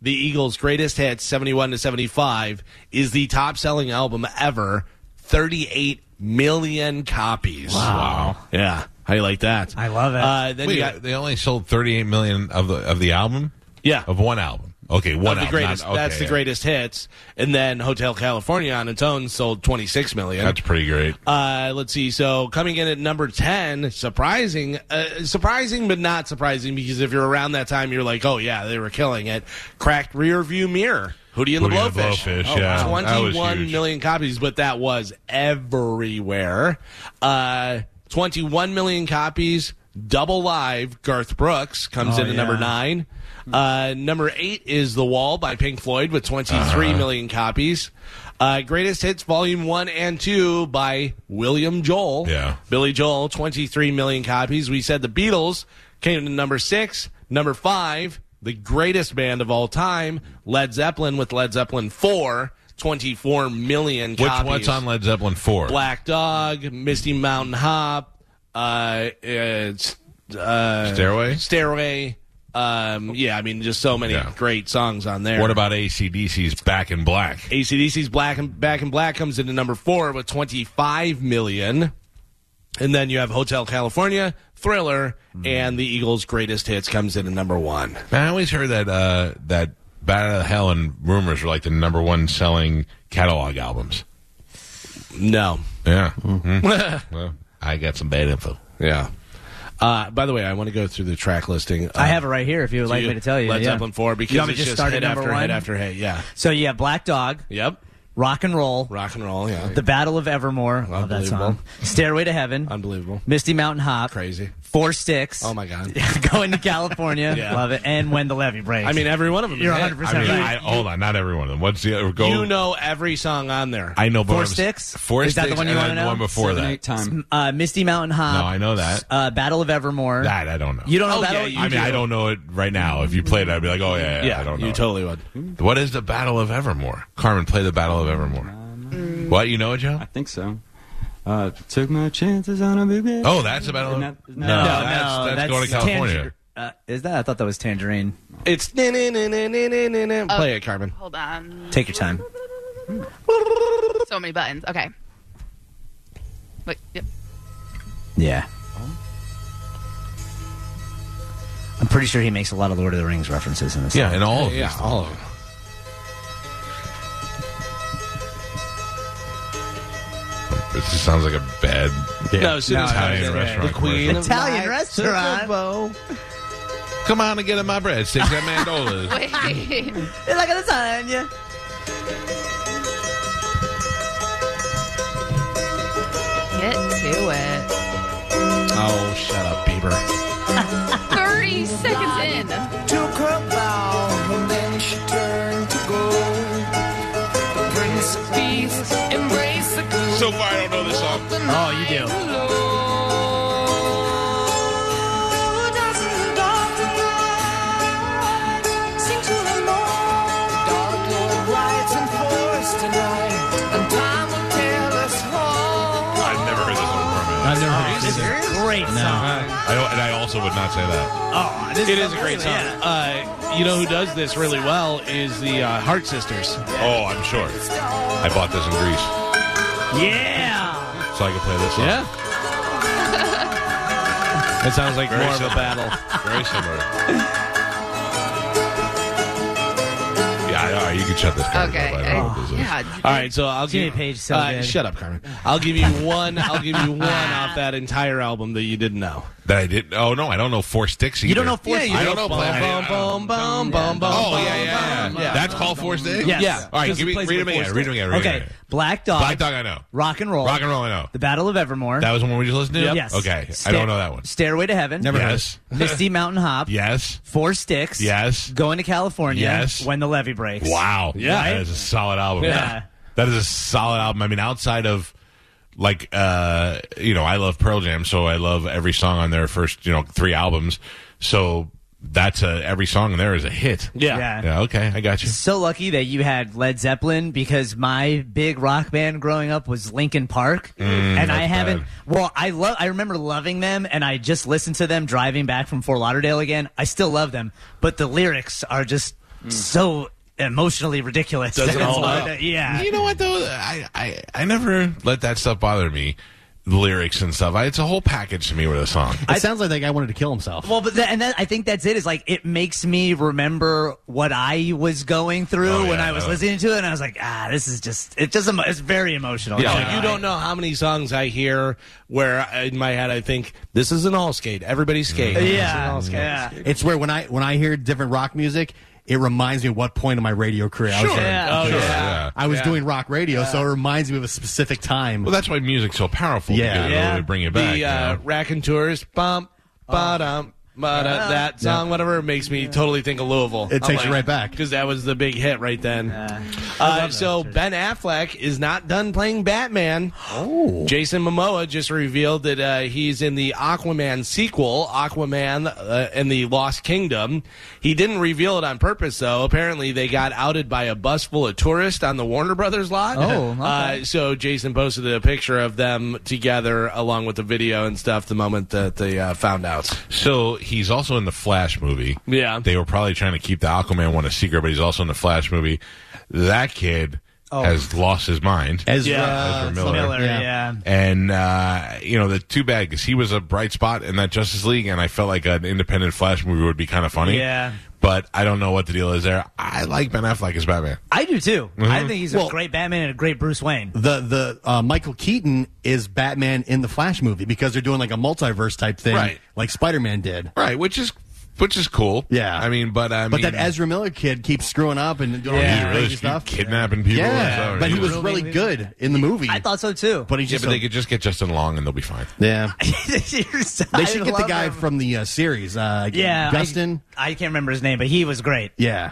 S6: the Eagles' greatest hit, 71 to 75, is the top selling album ever, 38 million copies. Wow. Yeah. How you like that?
S4: I love it.
S6: Uh, then
S2: Wait,
S6: you got,
S2: they only sold 38 million of the of the album?
S6: yeah.
S2: Of one album. Okay, one
S6: of the
S2: album.
S6: greatest.
S2: not- okay,
S6: that's the
S2: yeah.
S6: greatest hits. And then Hotel California on its own sold 26 million.
S2: That's pretty great.
S6: Uh, let's see. So coming in at number ten, surprising, uh, surprising, but not surprising because if you're around that time, you're like, oh yeah, they were killing it. Cracked rear view mirror. Hootie and the
S2: Hootie and the
S6: Blowfish. Oh,
S2: Blowfish, yeah. That was
S6: Twenty-one
S2: huge.
S6: million copies, but that was everywhere. Uh, Twenty-one million copies. Double live. Garth Brooks comes in at number nine. Uh, number eight is The Wall by Pink Floyd with twenty-three million copies. Uh, greatest hits volume one and two by William Joel.
S2: Yeah.
S6: Billy Joel, 23 million copies. We said the Beatles came to number six. Number five, the greatest band of all time, Led Zeppelin with Led Zeppelin 4, 24 million
S2: Which
S6: copies.
S2: what's on Led Zeppelin 4?
S6: Black Dog, Misty Mountain Hop, uh, it's, uh,
S2: Stairway?
S6: Stairway. Um, yeah, I mean, just so many
S2: Yeah.
S6: great songs on there.
S2: What about ACDC's Back in Black?
S6: ACDC's Black and Back in Black comes into number four with 25 million. And then you have Hotel California, Thriller, and the Eagles' greatest hits comes in at number one.
S2: Man, I always heard that uh, that Bat Out of Hell and Rumors were like the number one selling catalog albums.
S6: No.
S2: Yeah. Mm-hmm. well, I got some bad info.
S6: Yeah. Uh, by the way, I want to go through the track listing. uh,
S4: I have it right here. If you would like me to tell you,
S6: Led
S4: yeah.
S6: Zeppelin 4 because
S4: You want me
S6: it's
S4: to
S6: just,
S4: start at
S6: hit
S4: number
S6: after hit
S4: one?
S6: after hit. Yeah.
S4: So yeah, Black Dog,
S6: Yep.
S4: Rock and Roll,
S6: Rock and roll. Yeah.
S4: The Battle of Evermore. Love that song. Stairway to Heaven,
S6: Unbelievable.
S4: Misty Mountain Hop,
S6: Crazy.
S4: Four Sticks.
S6: Oh, my God.
S4: Going to California,
S6: Yeah.
S4: love it, and When the Levee Breaks.
S6: I mean, every one of them. is
S4: You're
S6: a hit.
S4: 100%
S2: I mean,
S4: right.
S2: I, hold on, not every one of them. What's the other? Go,
S6: You know every song on there.
S2: I know but
S4: Four
S2: I'm-
S4: Sticks?
S2: Four
S4: Is that the
S2: Sticks
S4: one you
S2: and
S4: wanna
S2: then
S4: know?
S2: one before
S9: Seven,
S2: that.
S9: eight time.
S4: uh, Misty Mountain Hop.
S2: No, I know that.
S4: Uh, Battle of Evermore.
S2: that I don't know.
S4: You don't know
S6: Oh,
S4: Battle.
S6: yeah,
S4: of-
S6: you
S2: I mean, I don't know it right now. If you played it, I'd be like, oh yeah, yeah,
S6: yeah,
S2: I don't know.
S6: you
S2: it.
S6: totally would.
S2: What is the Battle of Evermore? Carmen, play the Battle of Evermore. What you know it, Joe?
S9: I think so. Uh, took my chances on a big
S2: Oh, that's the Battle of
S9: Isn't that- isn't that-
S2: no,
S9: No,
S2: that's,
S4: Oh, no,
S2: that's, going to California.
S4: Tanger- uh, is that? I thought that was Tangerine.
S6: It's play it, Carmen.
S3: Hold on.
S4: Take your time.
S3: So many buttons. Okay. But, yep.
S4: Yeah. I'm pretty sure he makes a lot of Lord of the Rings references in this.
S2: Yeah, and all of
S6: Yeah,
S2: these.
S6: all of them.
S2: This just sounds like a bad
S6: No, as soon as
S2: Italian
S6: Italian
S2: restaurant
S6: The queen
S2: commercial.
S6: of
S4: Italian
S6: lights,
S4: restaurant.
S6: took a bow.
S2: Come on and get in my bread. Six at Mandolas.
S3: Wait.
S4: It's like a lasagna.
S3: Get to it.
S6: Oh, shut up, Bieber.
S3: 30 seconds in.
S10: took her bow and then she turned to go. The Prince of Peace embraced the girl.
S2: so far, I don't know this song.
S4: Oh, you do.
S10: Dark Lord rides in forest tonight, and time will tell us all.
S2: I've never heard this song before.
S4: Great song.
S2: I don't, and I also would not say that.
S4: Oh, this
S6: It is a great song. Uh, you know who does this really well is the uh, Heart Sisters.
S2: Oh, I'm sure. I bought this in Greece,
S4: Yeah.
S2: so I could play this song.
S6: It sounds like
S2: Very
S6: more of a
S2: similar.
S6: battle.
S2: Very similar. Yeah, I, I right, you can shut this guy
S3: Okay.
S2: down.
S3: I- yeah.
S6: All right, so I'll
S4: Jimmy
S6: give
S4: Page so
S6: uh,
S4: good.
S6: Shut up, Carmen. I'll give you one. I'll give you one off that entire album that you didn't know.
S2: That I didn't. Oh no, I don't know four sticks. Either.
S4: You don't know four
S6: Yeah, you
S2: I don't know.
S6: Bum,
S2: Plan- I- I
S6: bum,
S2: don't-
S6: bum, bum, bum,
S2: Oh
S6: bum,
S2: yeah, yeah,
S6: bum,
S2: yeah. That's called four sticks.
S4: Yes.
S6: Yeah.
S2: All right,
S4: Because
S2: give
S4: it
S2: me
S4: plays
S2: read
S4: with
S2: them
S4: four
S2: again. Read them again. Read 'em
S4: Okay,
S2: again.
S4: Black Dog.
S2: Black Dog, I know.
S4: Rock and Roll.
S2: Rock and roll, I know.
S4: The Battle of Evermore.
S2: That was the one we just listened to.
S4: Yes.
S2: Okay, I
S4: Sta-
S2: don't know that one.
S4: Stairway to Heaven.
S2: Never heard Yes. it.
S4: Misty Mountain Hop.
S2: Yes.
S4: Four Sticks.
S2: Yes.
S4: Going to California.
S2: Yes.
S4: When the Levee Breaks.
S2: Wow. Yeah. That is a solid album.
S4: Yeah.
S2: That is a solid album. I mean, outside of like uh you know, I love Pearl Jam, so I love every song on their first, you know, three albums. So that's a every song there is a hit.
S6: Yeah.
S4: Yeah.
S2: Yeah, okay, I got you.
S4: So lucky that you had Led Zeppelin because my big rock band growing up was Linkin Park, and I
S2: Mm, that's
S4: haven't.
S2: bad.
S4: Well, I love. I remember loving them, and I just listened to them driving back from Fort Lauderdale again. I still love them, but the lyrics are just so emotionally ridiculous.
S6: Doesn't
S4: That's
S6: hold
S4: why
S6: up.
S4: that- Yeah.
S2: You know what though? I, I I never let that stuff bother me. Lyrics and stuff. I, it's a whole package to me with a song.
S7: It sounds like that guy wanted to kill himself.
S4: Well, but that, and that, I think that's it. Is like it makes me remember what I was going through
S2: Oh,
S4: when
S2: yeah,
S4: I was
S2: no.
S4: listening to it, and I was like, ah, this is just it just emo- it's very emotional.
S6: Yeah, like, you don't know how many songs I hear where I- in my head I think this is an all skate. Everybody skate.
S4: Mm. Yeah, yeah.
S7: It's where when I when I hear different rock music, it reminds me of what point of my radio career I was in.
S4: Yeah.
S6: Oh,
S2: Sure,
S6: yeah.
S7: I was doing rock radio, so it reminds me of a specific time.
S2: Well, that's why music's so powerful.
S7: Yeah.
S2: because it'll
S4: Yeah.
S2: really bring it back.
S6: the
S2: you
S6: uh,
S2: know?
S6: Raconteurs bump, ba-dum, ba-da, that song, whatever, makes me totally think of Louisville.
S7: It takes you right back.
S6: because that was the big hit right then. uh, so Ben Affleck is not done playing Batman. Oh, Jason Momoa just revealed that uh, he's in the Aquaman sequel, Aquaman uh, and the Lost Kingdom. He didn't reveal it on purpose, though. Apparently, they got outed by a bus full of tourists on the Warner Brothers lot.
S4: Oh, okay.
S6: uh, so Jason posted a picture of them together along with the video and stuff the moment that they uh, found out.
S2: So he's also in the Flash movie.
S6: Yeah.
S2: They were probably trying to keep the Aquaman one a secret, but he's also in the Flash movie. That kid
S7: Oh.
S2: has lost his mind.
S7: Ezra,
S4: Yeah.
S2: Ezra Miller.
S4: Miller,
S7: Yeah.
S4: yeah.
S2: And, uh, you know, the too bad because he was a bright spot in that Justice League, and I felt like an independent Flash movie would be kind of funny.
S4: Yeah.
S2: But I don't know what the deal is there. I like Ben Affleck as Batman.
S4: I do too. I think he's a
S7: Well-
S4: great Batman and a great Bruce Wayne.
S7: the the uh, Michael Keaton is Batman in the Flash movie because they're doing like a multiverse type thing,
S2: Right.
S7: like Spider Man did.
S2: Right, which is. Which is cool.
S7: Yeah.
S2: I mean, but I
S7: But
S2: mean,
S7: that Ezra Miller kid keeps screwing up and doing all
S2: he
S7: these
S2: really
S7: crazy
S2: keep
S7: stuff.
S2: kidnapping people. and
S7: Yeah,
S2: stuff.
S7: but he was
S4: was-
S7: really good in the movie.
S4: I thought so too.
S7: but he's
S2: Yeah,
S7: just
S2: but
S7: a-
S2: they could just get Justin Long and they'll be fine.
S7: yeah.
S4: they should
S7: They should get the guy from the uh, series, uh,
S4: yeah, I-
S7: Dustin.
S4: I, can't remember his name, but he was great.
S7: yeah,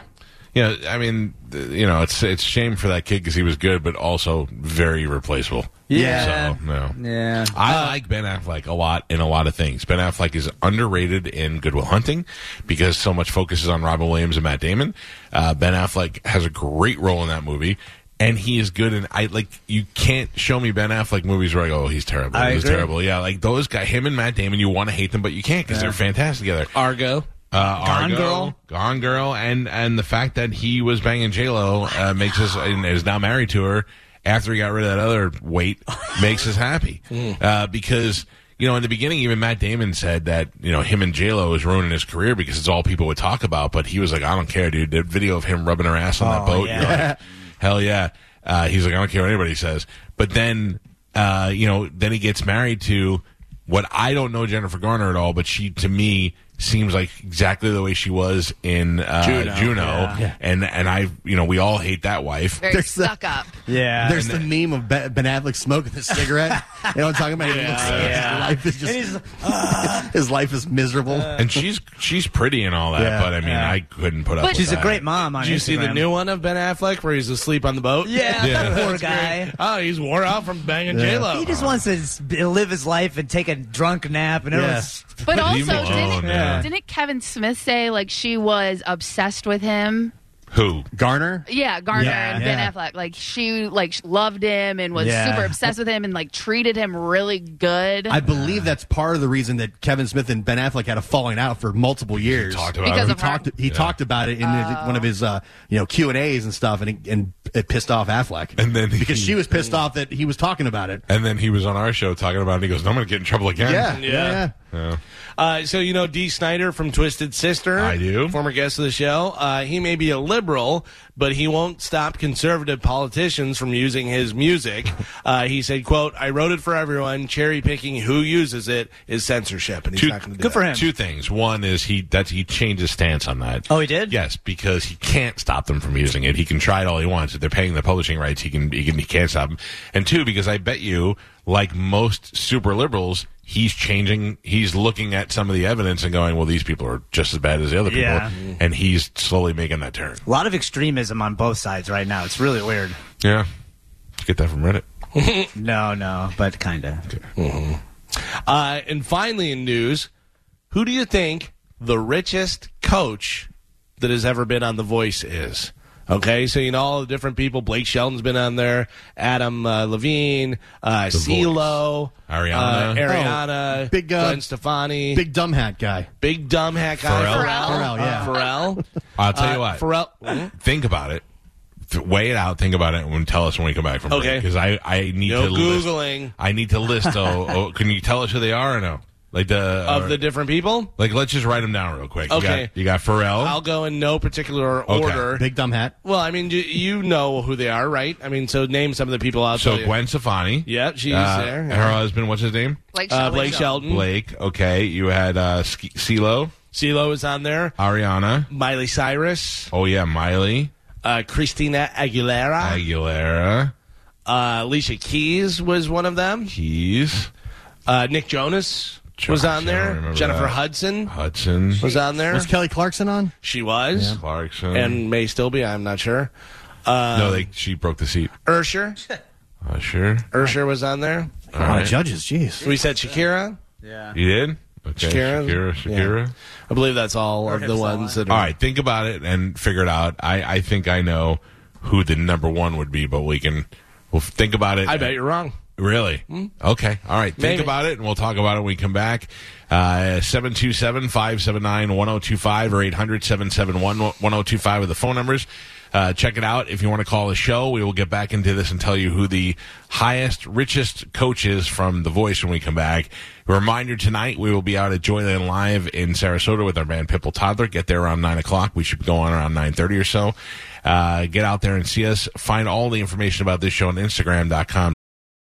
S2: Yeah, I mean, th- you know, it's it's a shame for that kid because he was good, but also very replaceable.
S4: Yeah. Uh,
S2: So, no.
S4: Yeah.
S2: I like Ben Affleck a lot in a lot of things. Ben Affleck is underrated in Goodwill Hunting because so much focuses on Robin Williams and Matt Damon. Uh, ben Affleck has a great role in that movie. And he is good, and I like you can't show me Ben Affleck movies where I go, oh, he's terrible,
S4: I
S2: he's
S4: agree.
S2: terrible, yeah. Like those guys, him and Matt Damon, you want to hate them, but you can't because they're fantastic together.
S6: Argo.
S2: Uh,
S4: Gone
S2: Argo,
S4: Girl.
S2: Gone Girl, and and the fact that he was banging J Lo uh, makes us and is now married to her after he got rid of that other weight makes us happy
S4: Hmm.
S2: uh, because you know in the beginning even Matt Damon said that you know him and J Lo is ruining his career because it's all people would talk about, but he was like I don't care, dude. The video of him rubbing her ass on that
S4: Oh,
S2: boat, you're like, hell yeah. Uh, he's like I don't care what anybody says, but then uh, you know then he gets married to what I don't know Jennifer Garner at all, but she to me seems like exactly the way she was in uh, Juno, and and I you know we all hate that wife.
S3: Very
S7: There's a-
S3: stuck up.
S2: Uh,
S4: Yeah.
S7: there's the meme of Be- Ben Affleck smoking a cigarette. you know what I'm talking about? He looks-
S4: Yeah.
S7: His life is just his life is miserable.
S4: Uh,
S2: And she's she's pretty and all that,
S7: Yeah.
S2: but I mean
S4: Yeah.
S2: I couldn't put up.
S3: But
S2: with
S4: She's a
S2: that.
S4: great mom on
S6: Did you see the
S4: Instagram.
S6: new one of Ben Affleck where he's asleep on the boat?
S4: Yeah,
S2: Yeah.
S4: that poor guy.
S6: Oh, he's wore out from banging J Lo.
S4: He just wants to s- live his life and take a drunk nap and everyone's
S3: But also,
S2: leave him alone,
S3: didn't,
S2: yeah.
S3: didn't Kevin Smith say like she was obsessed with him?
S2: Who?
S7: Garner.
S3: Yeah, Garner
S4: Yeah.
S3: and
S7: Yeah.
S3: Ben Affleck. Like she like sh- loved him and was
S7: Yeah.
S3: super obsessed with him and like treated him really good.
S7: I believe that's part of the reason that Kevin Smith and Ben Affleck had a falling out for multiple years.
S2: Talked about
S3: Because
S2: her.
S7: he
S3: of her. Oh.
S7: talked. He talked about it in his- one of his, uh, you know, Q and A's and stuff, and it, and it pissed off Affleck.
S2: And then he-
S7: because she was pissed off that he was talking about it.
S2: and then he was on our show talking about it. and He goes, "I'm going to get in trouble again."
S7: Yeah, yeah. yeah.
S6: Uh, so you know Dee Snyder from Twisted Sister. I do. Former guest of the show. Uh, he may be a liberal, but he won't stop conservative politicians from using his music. Uh, he said, "quote I wrote it for everyone. Cherry picking who uses it is censorship, and he's not going to do that.
S2: Two things. One is he that he changed his stance on that.
S4: Oh, he did.
S2: Yes, because he can't stop them from using it. He can try it all he wants. If they're paying the publishing rights, he can he can he can't stop them. And two, because I bet you, like most super liberals, he's changing. He's looking at some of the evidence and going, "Well, these people are just as bad as the other people,"
S4: Yeah.
S2: and he's slowly making that turn.
S4: A lot of extremism on both sides right now. It's really weird.
S2: Yeah, get that from Reddit.
S4: no, no, but kind of.
S6: Uh, and finally, in news, who do you think the richest coach that has ever been on The Voice is? Okay, so you know all the different people. Blake Shelton's been on there. Adam uh, Levine, uh, CeeLo,
S2: Ariana. Oh,
S6: uh, Ariana,
S7: Big, uh,
S6: Gwen Stefani, big,
S7: Big dumb hat guy.
S6: dumb hack guy,
S2: Pharrell.
S6: Pharrell, Uh,
S7: Pharrell, yeah.
S6: Pharrell.
S2: I'll tell
S6: Uh,
S2: you what. Mm-hmm.
S6: Pharrell.
S2: think about it. Th- Weigh it out. Think about it, and then tell us when we come back from
S6: Okay.
S2: Because I, I need
S6: No
S2: to list-
S6: Googling.
S2: I need to list. Oh, oh, can you tell us who they are or no? Like the
S6: Of
S2: or-
S6: the different people,
S2: like, let's just write them down real quick.
S6: Okay.
S2: you got, you got Pharrell.
S6: I'll go in no particular
S2: Okay.
S6: order.
S7: Big dumb hat.
S6: Well, I mean, you, you know who they are, right? I mean, so name some of the people out
S2: so
S6: there.
S2: Gwen Stefani.
S6: Yeah, she's
S2: Uh,
S6: there.
S2: Her husband. What's his name?
S3: Blake
S6: Uh,
S3: Shelton.
S6: Blake Shelton.
S2: Blake. Okay. You had uh, Ski- CeeLo,
S6: CeeLo is on there.
S2: Ariana.
S6: Miley Cyrus.
S2: Oh yeah, Miley
S6: Uh, Christina Aguilera.
S2: Aguilera.
S6: Uh, Alicia Keys was one of them.
S2: Keys.
S6: Uh, Nick Jonas
S2: Jonas,
S6: was on
S2: yeah, I
S6: there.
S2: remember
S6: Jennifer
S2: that.
S6: Hudson
S2: Hudson.
S6: was on there.
S7: Was Kelly Clarkson on?
S6: She was.
S2: Clarkson.
S6: And uh, may still be, I'm not sure.
S2: no, they, she broke the seat.
S6: Ursher.
S2: Usher.
S6: Ursher was on there.
S2: All right.
S7: Judges, jeez.
S6: We said Shakira.
S2: You did? Okay.
S6: Shakira.
S2: Shakira. Shakira.
S6: I believe that's all of the ones that are.
S2: All right, think about it and figure it out. I, I think I know who the number one would be, but we can we'll think about it.
S6: I bet you're wrong.
S2: Really? Okay. All right. Think
S6: Maybe.
S2: about it, and we'll talk about it when we come back. Uh, 727 579 1025 or 800 771 1025 are the phone numbers. Uh, check it out. If you want to call the show, we will get back into this and tell you who the highest, richest coach is from The Voice when we come back. Reminder tonight, we will be out at Joyland Live in Sarasota with our band Pipple Toddler. Get there around 9 o'clock. We should go on around 9.30 or so. Uh, get out there and see us. Find all the information about this show on Instagram.com